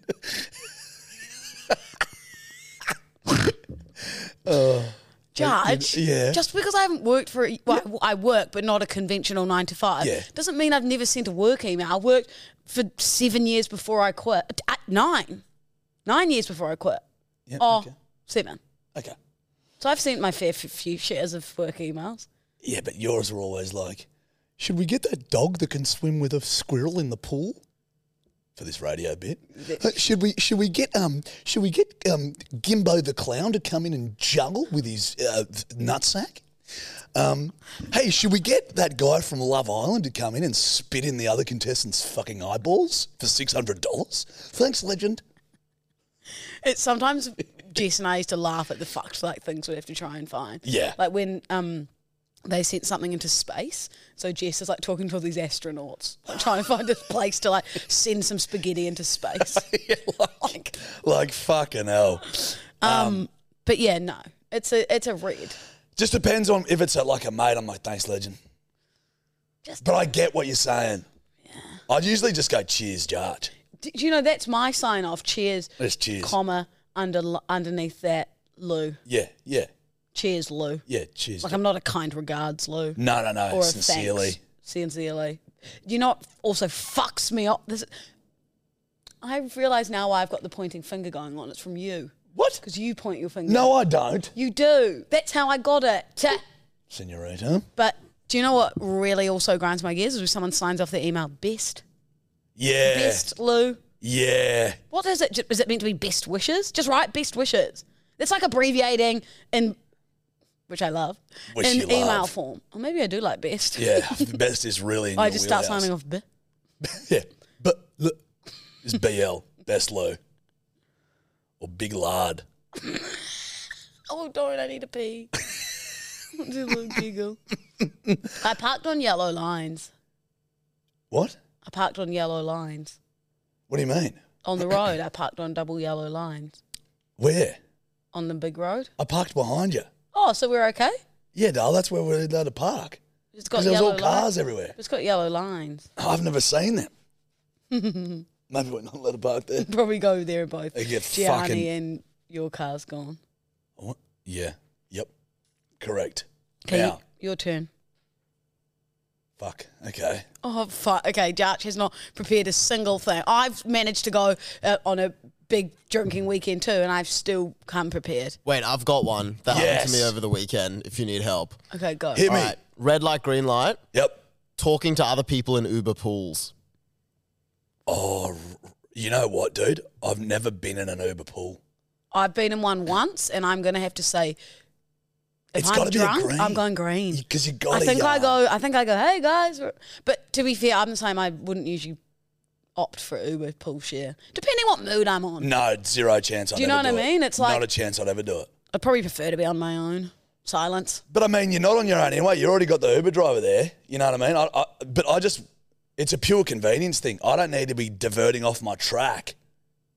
Judge,
Yeah.
just because I haven't worked for, a- well, I I work, but not a conventional nine to five,
Yeah.
doesn't mean I've never sent a work email. I worked for seven years before I quit. Uh, Nine. Nine years before I quit.
Yeah,
Oh,
okay.
seven.
okay.
So I've sent my fair f- few shares of work emails.
Yeah, but yours are always like, should we get that dog that can swim with a squirrel in the pool? For this radio bit, Uh, should we should we get um should we get um Gimbo the clown to come in and juggle with his uh, nutsack? Um, hey, should we get that guy from Love Island to come in and spit in the other contestants' fucking eyeballs for six hundred dollars? Thanks, legend.
It's sometimes Jess and I used to laugh at the fucked like things we have to try and find.
Yeah.
Like when um they sent something into space. So Jess is like talking to all these astronauts, like trying to find a place to like send some spaghetti into space.
like, like fucking hell.
Um,
Um,
But yeah, no. It's a it's a red.
Just depends on if it's a, like a mate. I'm like, thanks, legend.
Just-
but I get what you're saying. I'd usually just go, cheers, Jart.
Do you know that's my sign off? Cheers,
It's cheers.
comma under underneath that Lou.
yeah, yeah,
Cheers, Lou.
yeah, cheers.
Like
Jart.
I'm not a kind regards Lou
no, no, no,
or a
sincerely.
thanks. Sincerely. You know what also fucks me up? This I realise now why I've got the pointing finger going on. It's from you
What?
because you point your finger.
No, I don't.
you do. That's how I got it. Ta-
Senorita.
But do you know what really also grinds my gears is when someone signs off their email best,
Yeah.
best Lou.
Yeah.
What is it? Is it meant to be best wishes? Just write best wishes. It's like abbreviating in, which I love,
Which
in
you
email
love.
form. Or maybe I do like best.
Yeah. the best is really. In
I
your
just start
wheelhouse.
signing off. B.
Yeah. But look, it's BL, best low. Or big lard.
Oh, don't! I need to pee. do a little giggle. I parked on yellow lines.
What?
I parked on yellow lines
What do you mean?
on the road. I parked on double yellow lines
Where?
on the big road.
I parked behind you.
Oh, so we're okay.
Yeah, Dale, that's where we're allowed to park.
It's got
Because there was
yellow
all cars
li-
everywhere.
It's got yellow lines.
Oh, I've never seen them. Maybe we're not allowed to park there.
Probably go there both.
They get
Gianni
fucking-
and your car's gone.
What? Yeah. Yep. Correct.
Okay,
Now,
your turn.
Fuck. Okay.
Oh fuck! Okay, Dutch has not prepared a single thing. I've managed to go uh, on a big drinking weekend too, and I've still come prepared.
Wait, I've got one that happened to me
Yes.
over the weekend. If you need help,
Okay, go.
Hit me.
All right, red light, green light.
Yep.
Talking to other people in Uber pools.
Oh, you know what, dude? I've never been in an Uber pool.
I've been in one once, and I'm gonna have to say, if
It's
I'm
gotta be a
drunk,
green.
I'm going green.
Because you got
I
to
think I go. I think I go. Hey guys, we're-" but to be fair, I'm the same. I wouldn't usually opt for Uber pool share, depending what mood I'm on.
No, zero chance. I'd
Do you know
ever
what I
it.
mean? It's like-
not a chance I'd ever do it.
I'd probably prefer to be on my own. Silence.
But I mean, you're not on your own anyway. You already got the Uber driver there. You know what I mean? I, I, but I just, it's a pure convenience thing. I don't need to be diverting off my track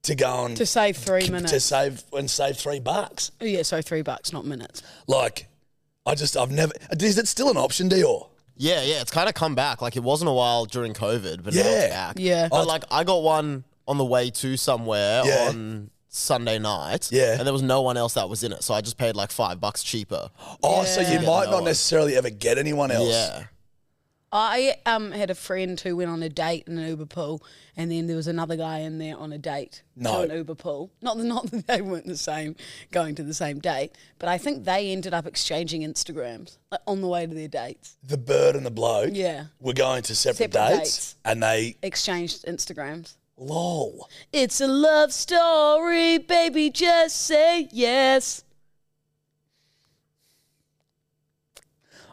to go and
To save three
to
minutes.
save and save three bucks.
Oh, yeah, so three bucks, not minutes.
Like, I just, I've never. Is it still an option, Dior?
Yeah, yeah, it's kind of come back. Like it wasn't a while during COVID, but now
Yeah.
it's back.
Yeah.
But like I got one on the way to somewhere
Yeah.
on Sunday night.
Yeah.
And there was no one else that was in it, so I just paid like five bucks cheaper.
Oh, so you
Yeah.
might
No
not
one.
necessarily ever get anyone else.
Yeah.
I um had a friend who went on a date in an Uber pool, and then there was another guy in there on a date
No.
to an Uber pool. Not that- not that they weren't the same, going to the same date, but I think they ended up exchanging Instagrams like, on the way to their dates.
The bird and the bloke.
Yeah.
Were going to separate,
Separate
dates,
dates.
and they
Exchanged Instagrams.
lol.
It's a love story, baby. Just say yes.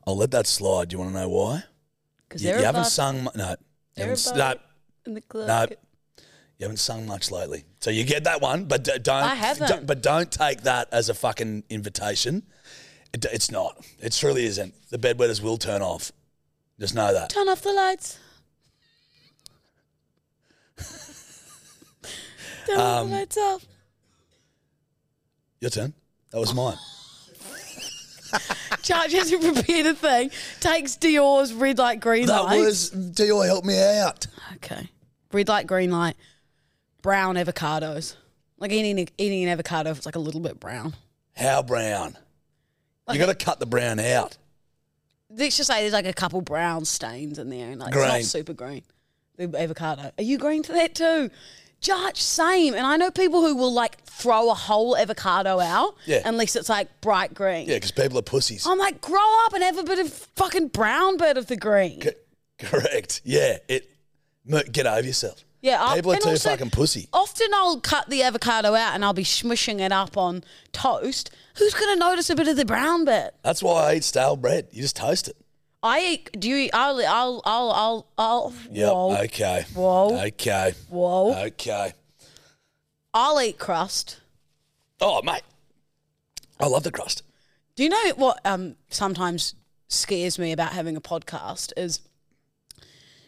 I'll let that slide. Do you want to know why?
Because
You,
they're
you haven't
above
sung. mu- No. You
They're
haven't, s- no.
above- in the club.
No. You haven't sung much lately, so you get that one. But d- don't.
I haven't.
d- but don't take that as a fucking invitation. It, d- it's not. It truly isn't. The bedwetters will turn off. Just know that.
Turn off the lights. Turn off
Um,
the lights off.
Your turn. That was mine.
Charge hasn't prepared a thing. Takes Dior's red light, green
that
light.
was Dior. Help me out.
Okay. Red light, green light. Brown avocados. Like eating eating an avocado if it's like a little bit brown.
How brown?
Like-
you got to cut the brown out.
Let's just say there's like a couple brown stains in there and like it's
Green.
not super green. The avocado. Are you green to that too? Judge, same. And I know people who will like throw a whole avocado out
Yeah.
unless it's like bright green.
Yeah, because people are pussies.
I'm like, grow up and have a bit of fucking brown bit of the green.
C- correct. Yeah. It. mo- Get over yourself.
Yeah, I-
People are
and
too
also-
fucking pussy.
Often I'll cut the avocado out and I'll be smushing it up on toast. Who's going to notice a bit of the brown bit?
That's why I eat stale bread. You just toast it.
I eat. Do you? I'll. I'll. I'll. I'll. I'll
Yep.
Whoa.
Okay.
Whoa.
Okay.
Whoa.
Okay.
I'll eat crust.
Oh, mate. I love the crust.
Do you know what um, sometimes scares me about having a podcast is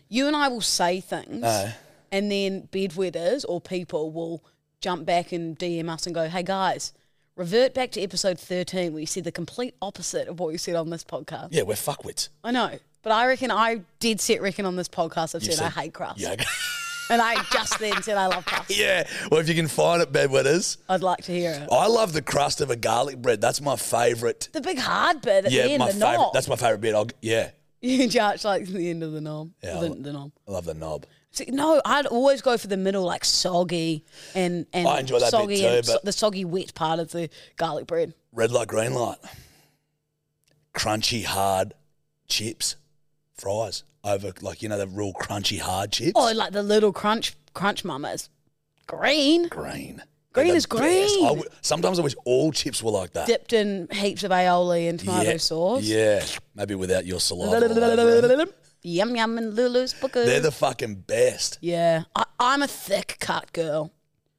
you and I will say things
Aye.
and then bedwetters or people will jump back and DM us and go, hey guys, revert back to episode 13 where you said the complete opposite of what you said on this podcast.
Yeah, we're fuckwits.
I know, but I reckon I did set reckon on this podcast I've
You
said, I
said-
hate crust.
Yeah.
And I just then said I love crust.
yeah. Well, if you can find it, bedwetters.
I'd like to hear it.
I love the crust of a garlic bread. That's my favourite.
The big hard bit at the
Yeah,
end,
my
the
favourite.
knob.
That's my favourite bit. I'll, g- yeah,
you judge like the end of the knob.
Yeah,
the,
I'll-
the knob.
I love the knob.
See, no, I'd always go for the middle, like soggy and and
I enjoy that bit
soggy
too,
and so-
but-
the soggy wet part of the garlic bread.
Red light, green light. Crunchy, hard chips, fries over like you know the real crunchy hard chips.
Oh, like the little crunch crunch mamas, green,
green. They're
Green
the
is green.
best. I w- sometimes I wish all chips were like that.
dipped in heaps of aioli and tomato
yeah.
sauce.
Yeah, maybe without your saliva. all over 'em.
Yum yum and Lulu's bookers.
They're the fucking best.
yeah, I, I'm a thick cut girl.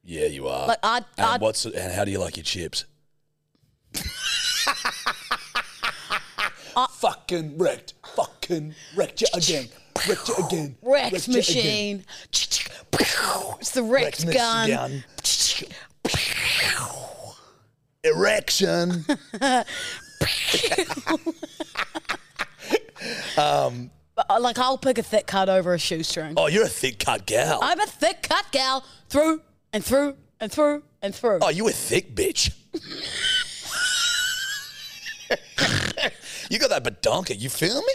Yeah, you are.
Like I'd,
and
I'd
what's and how do you like your chips? fucking wrecked. Fucking wrecked you again. Wrecked you again.
wrecked
you again.
machine. It's the wrecked,
Wrecked
gun.
machine Erection.
But, uh, Like I'll pick a thick cut over a shoestring.
Oh, you're a thick cut gal.
I'm a thick cut gal through and through and through and through.
Oh, you a thick bitch. you got that badonka, you feel me?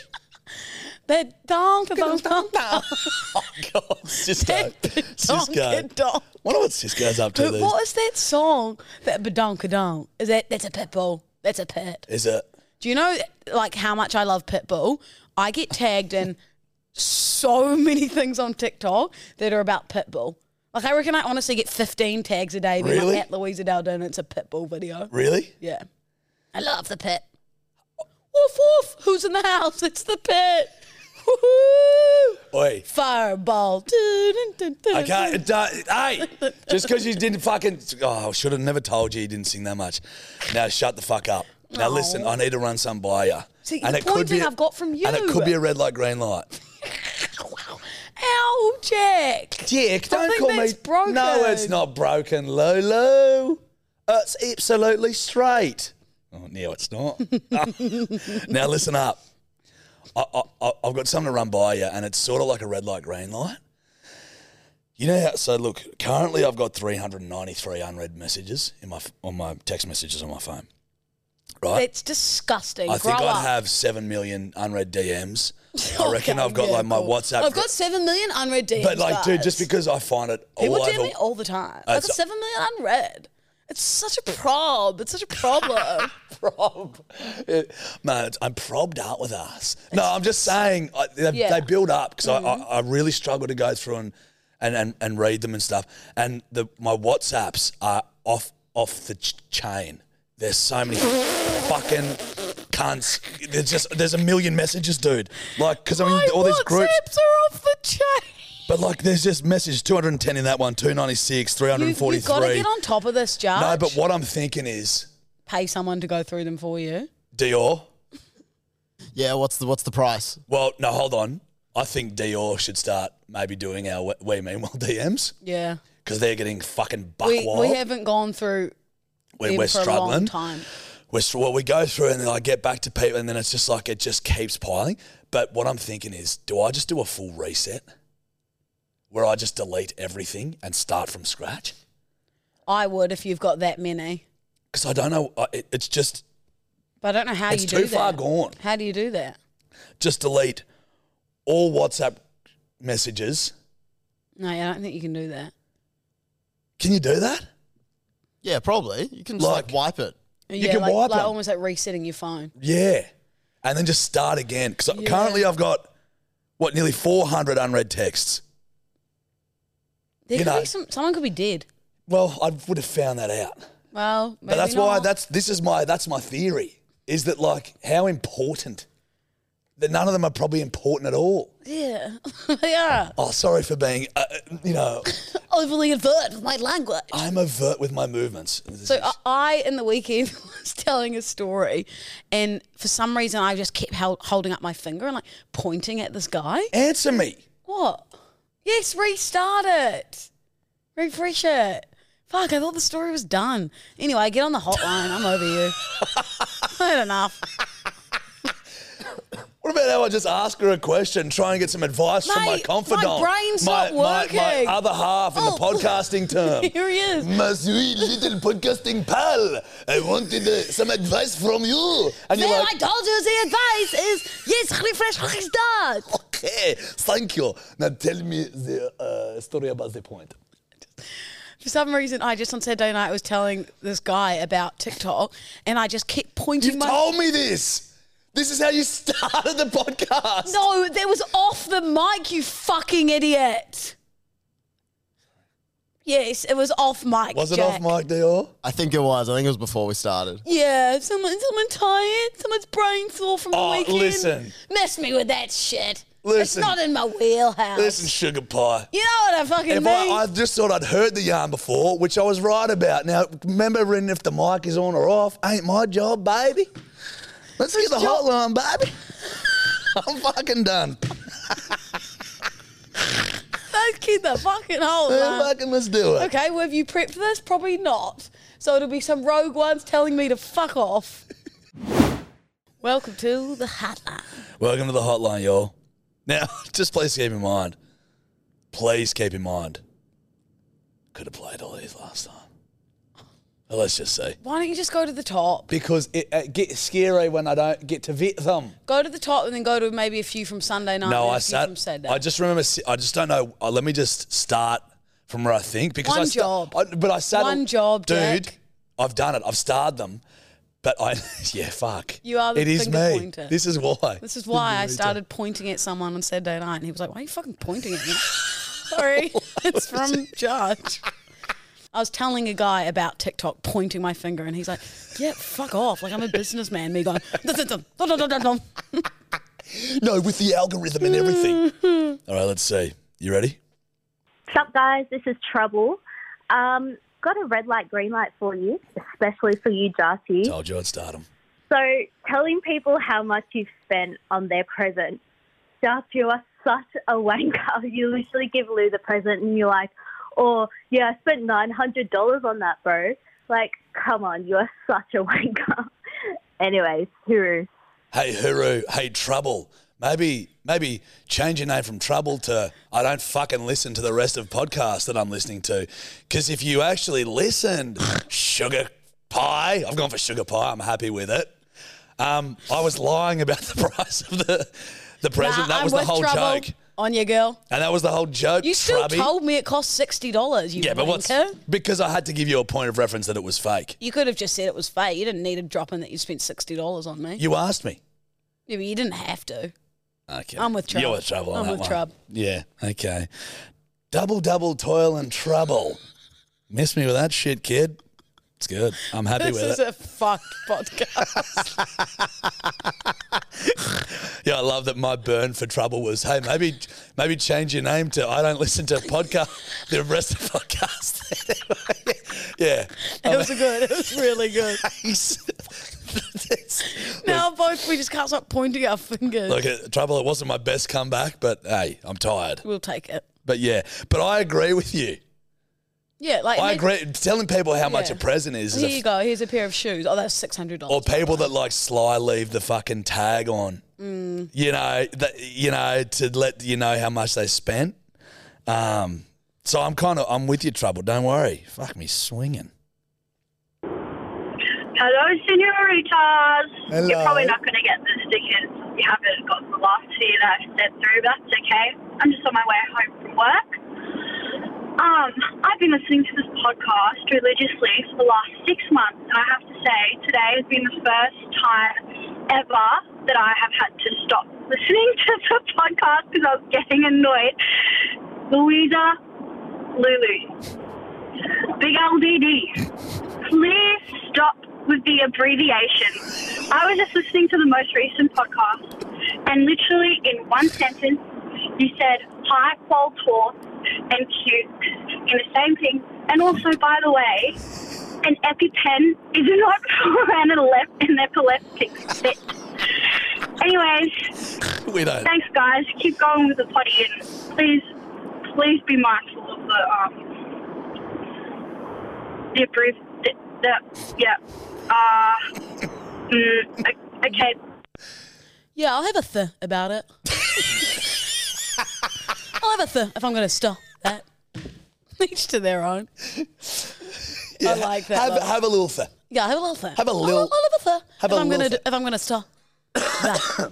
That donkey donk.
Oh, God, Cisco. Cisco.
Donkey donk.
Wonder what Cisco's up to
Who-
these.
What is that song? That badonkadonk. Is that that's a pit bull? That's a pit.
Is it?
Do you know like how much I love Pitbull? I get tagged in so many things on TikTok that are about Pitbull. Like I reckon I honestly get 15 tags a day being
Really?
like at Louisa Dale Dillon, it's a Pitbull video.
Really?
Yeah. I love the pit. Woof woof, who's in the house? It's the pit. Woohoo!
Oi.
Fireball. I
I can't. It, do- hey, just because you didn't fucking. Oh, I should have never told you you didn't sing that much. Now shut the fuck up. Now listen, I need to run some by you.
See, the pointing I've got from
And it
you.
could be a red light, green light.
Ow, Jack.
Dick,
I
don't
think
call
that's
me.
broken.
No, it's not broken, Lulu. Uh, It's absolutely straight. Oh, no, it's not. now listen up. I, I, I- I've got something to run by you, and it's sort of like a red light, green light. You know how? So look, currently I've got 393 unread messages in my f- on my text messages on my phone. Right.
That's disgusting.
I think
Grow
I
up. Oh,
have seven million unread DMs. I
Okay,
reckon I've got
yeah,
like my
cool.
WhatsApp.
I've got seven million unread DMs.
But like, dude, just
guys.
because I find it
people
all over,
DM me all the time. I've got
That's-
seven million unread. It's such a prob. It's such a problem.
prob, Yeah, man, it's- I'm probbed up with us. No, I'm just saying I, they,
Yeah. Mm-hmm.
they build up because I, I, I really struggle to go through and and, and, and read them and stuff. And the my WhatsApps are off off the ch- chain. There's so many fucking cunts. There's just there's a million messages, dude. Like because I'm
My
in all these groups.
WhatsApps are off the chain.
But like, there's just messages 210 in that one, 296,
You,
343.
you've got to get on top of this, Judge.
no, but what I'm thinking is,
Pay someone to go through them for you.
Dior.
Yeah, what's the what's the price?
Well, no, hold on. I think Dior should start maybe doing our we- we meanwhile DMs
Yeah,
because they're getting fucking buck
we,
wild.
we haven't gone through
We're-
them
we're
for a long time.
We're, str- well, we go through and then I get back to people and then it's just like it just keeps piling. But what I'm thinking is, do I just do a full reset where I just delete everything and start from scratch?
I would if you've got that many,
Because I don't know. I- It, it's just
but I don't know how
It's
you
too
do that.
far gone.
How do you do that?
just delete all WhatsApp messages.
No, I don't think you can do that.
Can you do that?
Yeah, probably. You can just like,
Like-
wipe it.
You
yeah,
can
like,
wipe
like
them.
almost like resetting your phone.
Yeah. And then just start again. Because
Yeah.
currently I've got, what, nearly 400 unread texts.
There
You
could
know.
be some. Someone could be dead.
Well, I would have found that out.
Well, maybe
but that's
not.
why, that's, this is my, that's my theory, is that like how important, that none of them are probably important at all.
Yeah, yeah.
Oh, sorry for being, uh, uh, you know,
Overly overt with my language.
I'm overt with my movements. This
So uh,
is-
I, I, in the weekend, was telling a story, and for some reason, I just kept held, holding up my finger and like pointing at this guy.
answer me.
What? Yes, restart it, refresh it. Fuck! I thought the story was done. Anyway, I get on the hotline. I'm over you. I had enough.
What about how I just ask her a question, try and get some advice from my
Mate,
confidant?
my brain's
my,
not
My,
working.
my other half in
Oh.
the podcasting term.
Here he is.
My sweet little podcasting pal, I wanted uh, some advice from you. And you're
Well,
like,
I told you the advice is yes, refresh, restart.
okay, thank you. Now tell me the uh, story about the point.
For some reason, I just on Saturday night was telling this guy about TikTok, and I just kept pointing
You've
my.
told me this. This is how you started the podcast.
no, that was off the mic, you fucking idiot. Yes, it was off mic.
Was it
Jack.
off Mike Dior?
I think it was. I think it was before we started.
Yeah, someone, someone tired, someone's brain sore from
Oh,
the weekend.
listen.
mess me with that shit. it's
Listen.
not in my wheelhouse.
Listen, sugar pie.
you know what I fucking
If I,
mean.
I just thought I'd heard the yarn before, which I was right about. Now, remembering if the mic is on or off ain't my job, baby. Let's get the
job?
hotline, baby. I'm fucking done.
Let's keep the fucking hole.
Well, fucking let's do it.
Okay, well, have you prepped for this? Probably not. So it'll be some rogue ones telling me to fuck off. Welcome to the hotline.
Welcome to the hotline, y'all. Now, just please keep in mind. Please keep in mind. Could have played all these last time. Well, let's just say.
Why don't you just go to the top?
Because it, it gets scary when I don't get to vet them.
Go to the top and then go to maybe a few from Sunday night.
no,
and a
I
few From
sat.
Saturday.
I just remember. si- I just don't know. Uh, let me just start from where I think because
One
I sta-
job.
I- but I sat.
One job,
dude.
Jack.
I've done it. I've starred them. But I, yeah, fuck.
You are the
It is
finger
me.
pointer.
This is why.
This is why I started pointing at someone on Saturday night, and he was like, "Why are you fucking pointing at me?" Sorry, it's from Judge. I was telling a guy about TikTok, pointing my finger, and he's like, "Yeah, fuck off!" Like I'm a businessman. Me going, "Dun, dun, dun, dun, dun, dun, dun, dun."
No, with the algorithm and everything. All right, let's see. You ready?
Sup, guys? This is Trouble. Um, got a red light, green light for you, especially for you, Darcy.
Told you I'd start them.
So, telling people how much you've spent on their present. Darcy, you are such a wanker. You literally give Lou the present and you're like, oh, yeah, I spent $900 on that, bro. Like, come on, you are such a wanker. Anyways, hooroo.
Hey, Huru. Hey, Trouble. Maybe, maybe change your name from Trouble to I don't fucking listen to the rest of podcasts that I'm listening to. Because if you actually listened, Sugar Pie, I've gone for Sugar Pie. I'm happy with it. Um, I was lying about the price of the the present.
Nah,
that was
I'm
the
with
whole
trouble
joke,
On your girl.
and that was the whole joke.
You still
Trubby.
told me it cost sixty dollars. You
yeah, but what's
wanker.
because I had to give you a point of reference that it was fake.
You could have just said it was fake. You didn't need to drop in that you spent sixty dollars on me.
You asked me.
Yeah, but you didn't have to.
Okay.
I'm with Trub.
You're with trouble. On
I'm
that
with
one.
Trub.
Yeah. Okay. Double, double toil and trouble. Miss me with that shit, kid. It's good. I'm happy
This
with
is
it.
a fucked podcast.
yeah, I love that my burn for trouble was, hey, maybe, maybe change your name to I don't listen to podcast the rest of the podcast. yeah.
it was good. It was really good. Now both we just can't stop pointing our fingers.
Look, at trouble. It wasn't my best comeback, but hey, I'm tired.
We'll take it.
But yeah, but I agree with you.
Yeah, like
I
maybe-
agree. Telling people how much a
Yeah.
present is is
Here
a
you go. Here's a pair of shoes. Oh, that's six hundred
or
dollars.
people that like sly leave the fucking tag on.
Mm.
You know, that, you know to let you know how much they spent. Um, so I'm kind of I'm with you, trouble. Don't worry. Fuck me, swinging.
Hello, senoritas.
Hello.
You're probably not going to get this because you haven't got the last two that I've said through, but that's okay. I'm just on my way home from work. Um, I've been listening to this podcast religiously for the last six months, and I have to say, today has been the first time ever that I have had to stop listening to the podcast because I was getting annoyed. Louisa Lulu. Big LDD. Please stop with the abbreviation. I was just listening to the most recent podcast, and literally in one sentence, you said high qual tall and cute in the same thing. And also, by the way, an EpiPen is not for an, elep- an epileptic fit. Anyways,
We don't.
thanks, guys. Keep going with the potty, and please, please be mindful of the um, the approved, the, the yeah. Uh, mm, o- okay.
Yeah, I'll have a th about it. I'll have a th if I'm going to stop that. Each to their own. I like that.
Have,
love.
have a little thing.
yeah, have a little th.
have a
I'll-
lil-
I'll, have a th
have
if
a
I'm
lil
gonna
th.
do- if I'm going to stop. that.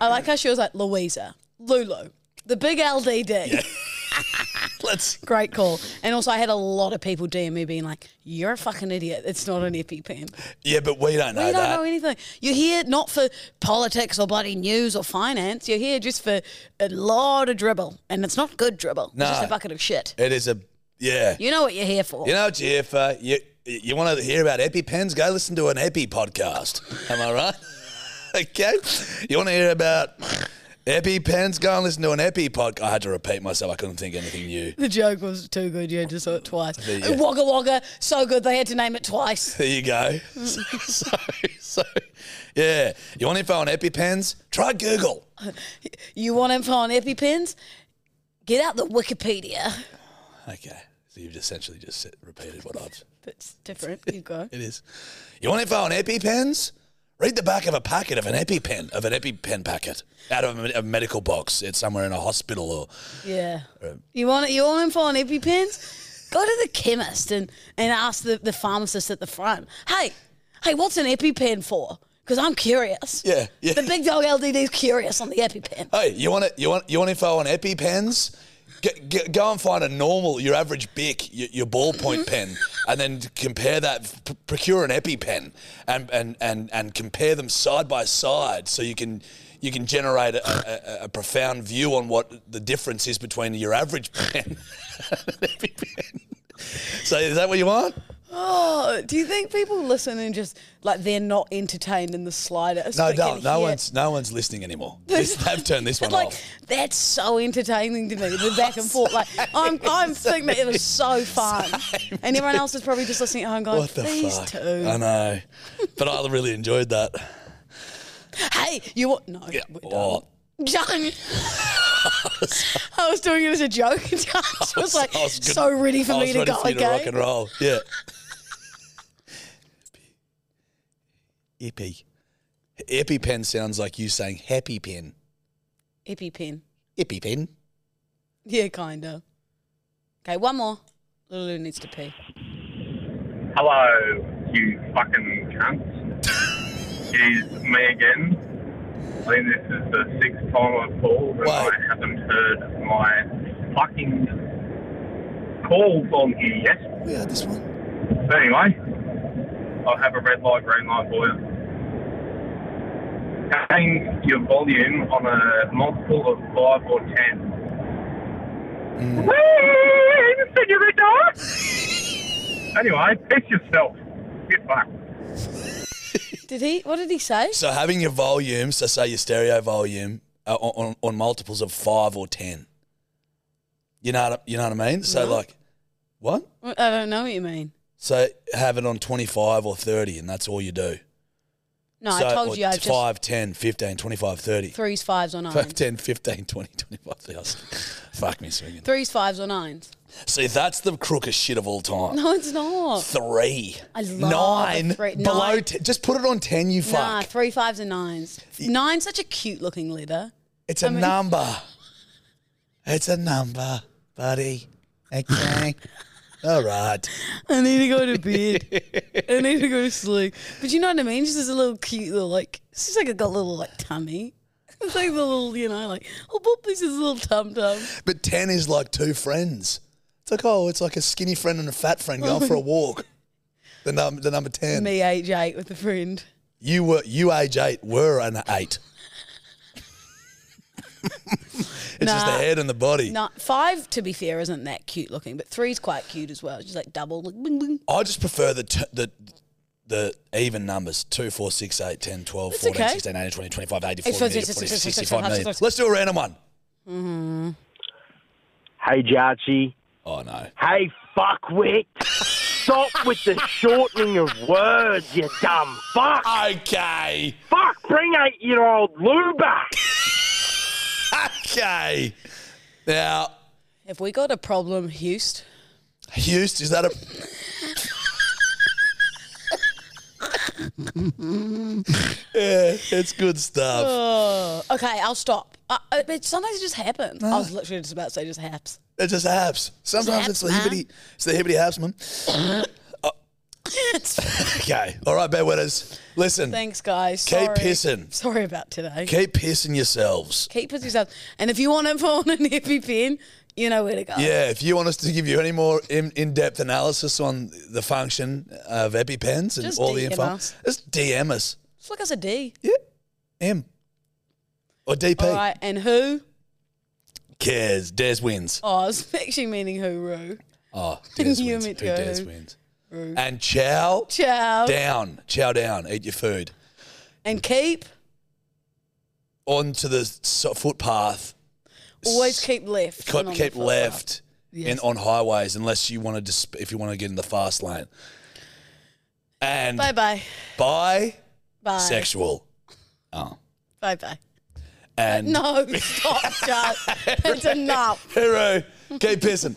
I like how she was like Louisa, Lulu, the big LDD.
Let's.
Great call. And also, I had a lot of people DM me being like, "You're a fucking idiot. It's not an EpiPen."
Yeah, but we don't know
We don't
that.
know anything. You're here not for politics or bloody news or finance. You're here just for a lot of dribble, and it's not good dribble. It's just
No.
a bucket of shit.
It is a yeah.
You know what you're here for.
You know, Jeff, uh, you you want to hear about EpiPens? Go listen to an Epi podcast. Am I right? okay. You want to hear about EpiPens? Go and listen to an Epi podcast. I had to repeat myself. I couldn't think of anything new.
The joke was too good. You had to say it twice.
you go.
Wagga Wagga, so good they had to name it twice.
There you go. so, so, so, yeah. You want info on EpiPens? Try Google.
You want info on EpiPens? E Get out the Wikipedia.
Okay. So you've essentially just said- repeated what I've.
It's different. You go.
It is. You want info on EpiPens? Read the back of a packet of an EpiPen, of an EpiPen packet out of a, a medical box. It's somewhere in a hospital or
Yeah. You want you want info on EpiPens? E go to the chemist and, and ask the, the pharmacist at the front, hey, hey, what's an EpiPen for? Because I'm curious.
Yeah, yeah.
The big dog LDD's curious on the E EpiPen.
Hey, you want it? You want you want info on EpiPens? Get, get, go and find a normal, your average Bic, your, your ballpoint pen, and then compare that. P- procure an EpiPen and and and and compare them side by side, so you can you can generate a, a, a profound view on what the difference is between your average pen and an EpiPen. So is that what you want?
Oh, do you think people listen and just like they're not entertained in the slightest?
No,
but can
don't. No
hear-
one's no one's listening anymore. This, they've turned this one
like,
off.
That's so entertaining to me. The back and forth. Like I'm, I'm thinking that it was so fun, and everyone else is probably just listening at home going,
What the
"These
fuck?
two,
I know, but I really enjoyed that.
hey, you what? No,
Yeah.
we're done.
Oh,
Done. I was doing it as a joke, and Josh was like,
I was good-
"So ready for
I
me
was
to
ready
go
for you to rock
again."
and roll. Yeah. Epi. EpiPen sounds like you saying happy pen.
EpiPen.
EpiPen.
Yeah, kinda. Okay, one more. Lulu needs to pee.
Hello, you fucking cunt. It's me again. I think this is the sixth time I've called and
Why?
I haven't heard my fucking calls on here yet.
We had this one.
But anyway, I'll have a red light, green light for you. Gain your volume on a multiple of 5 or 10. Whee! Send you the dog! anyway, piss yourself. Get fucked.
Did he? What did he say?
So having your volume, so say your stereo volume, uh, on, on, on multiples of five or ten. You know what, I- you know what I mean? So like, what?
I don't know what you mean.
So have it on 25 or 30 and that's all you do.
No,
So-
I told
or
you. I just
5, 10, 15, 25, 30.
threes, fives, or nines.
5, 10, 15, 20, 25, 30. Fuck me swinging.
Threes, fives, or nines.
See, that's the crookest shit of all time.
No, it's not.
Three.
I love
nine.
a three-
Below
nine.
10. Just put it on 10, you fuck.
Nah, three, fives, and nines. Nine's such a cute looking letter.
it's a number. It's a number, buddy. Okay. all right.
I need to go to bed. I need to go to sleep. But you know what I mean? Just as a little cute little like, it's just like a little like tummy. It's like the little, you know, like, oh, boop, this is a little tum tum.
But 10 is like two friends. It's like, oh, it's like a skinny friend and a fat friend going for a walk. The, num- the number 10.
Me age eight with a friend.
You were you age eight were an eight. it's just the
Nah.
head and the body.
No, five, to be fair, isn't that cute looking, but three's quite cute as well. It's just like double, like, bling, bling.
I just prefer the t- the the even numbers 2, 4, 6, 8, 10, 12,
It's
14,
okay.
16, 18, 20, 25, 80,
It's
40, 80, 40,
56, 56,
65 million.
66.
Let's do a random one.
Hey, Jarchi.
Oh, no.
Hey, fuckwit. Stop with the shortening of words, you dumb fuck.
Okay.
Fuck, bring eight year old Lou back.
Okay. Now,
Have we got a problem, Houston?
Houston, is that a. yeah, it's good
Oh.
stuff.
Okay, I'll stop. Uh, uh, but sometimes it just happens. I was literally just about to say just haps.
It just haps. Sometimes it's,
Just
the
haps, man.
hibbity, it's the hibbity haps, man. Okay. All right, bad wetters. Listen,
Thanks, guys.
Keep
Sorry.
pissing.
Sorry about today. Keep,
keep pissing yourselves.
pissing yourself. And if you want info on an EpiPen, you know where to go.
Yeah, if you want us to give you any more in, in-depth analysis on the function of EpiPens and
Just
all the
DM
info,
us.
just DM us.
Just look us a D.
Yeah. M. Or DP.
All right, and who?
Cares. Des wins.
Oh, I was actually meaning who, Roo.
Oh, Des
You
wins. Who
meant to go.
Des wins. And chow
Ciao.
down. Chow down. Eat your food.
And keep,
Onto the so- footpath.
always keep left. and
keep,
on
keep
the footpath.
left
Yes.
in, on highways unless you want to disp- if you want to get in the fast lane. And
Bye bye. Bye.
bisexual. Oh.
Bye bye.
And
No, stop, Josh. That's enough.
hero, keep pissing.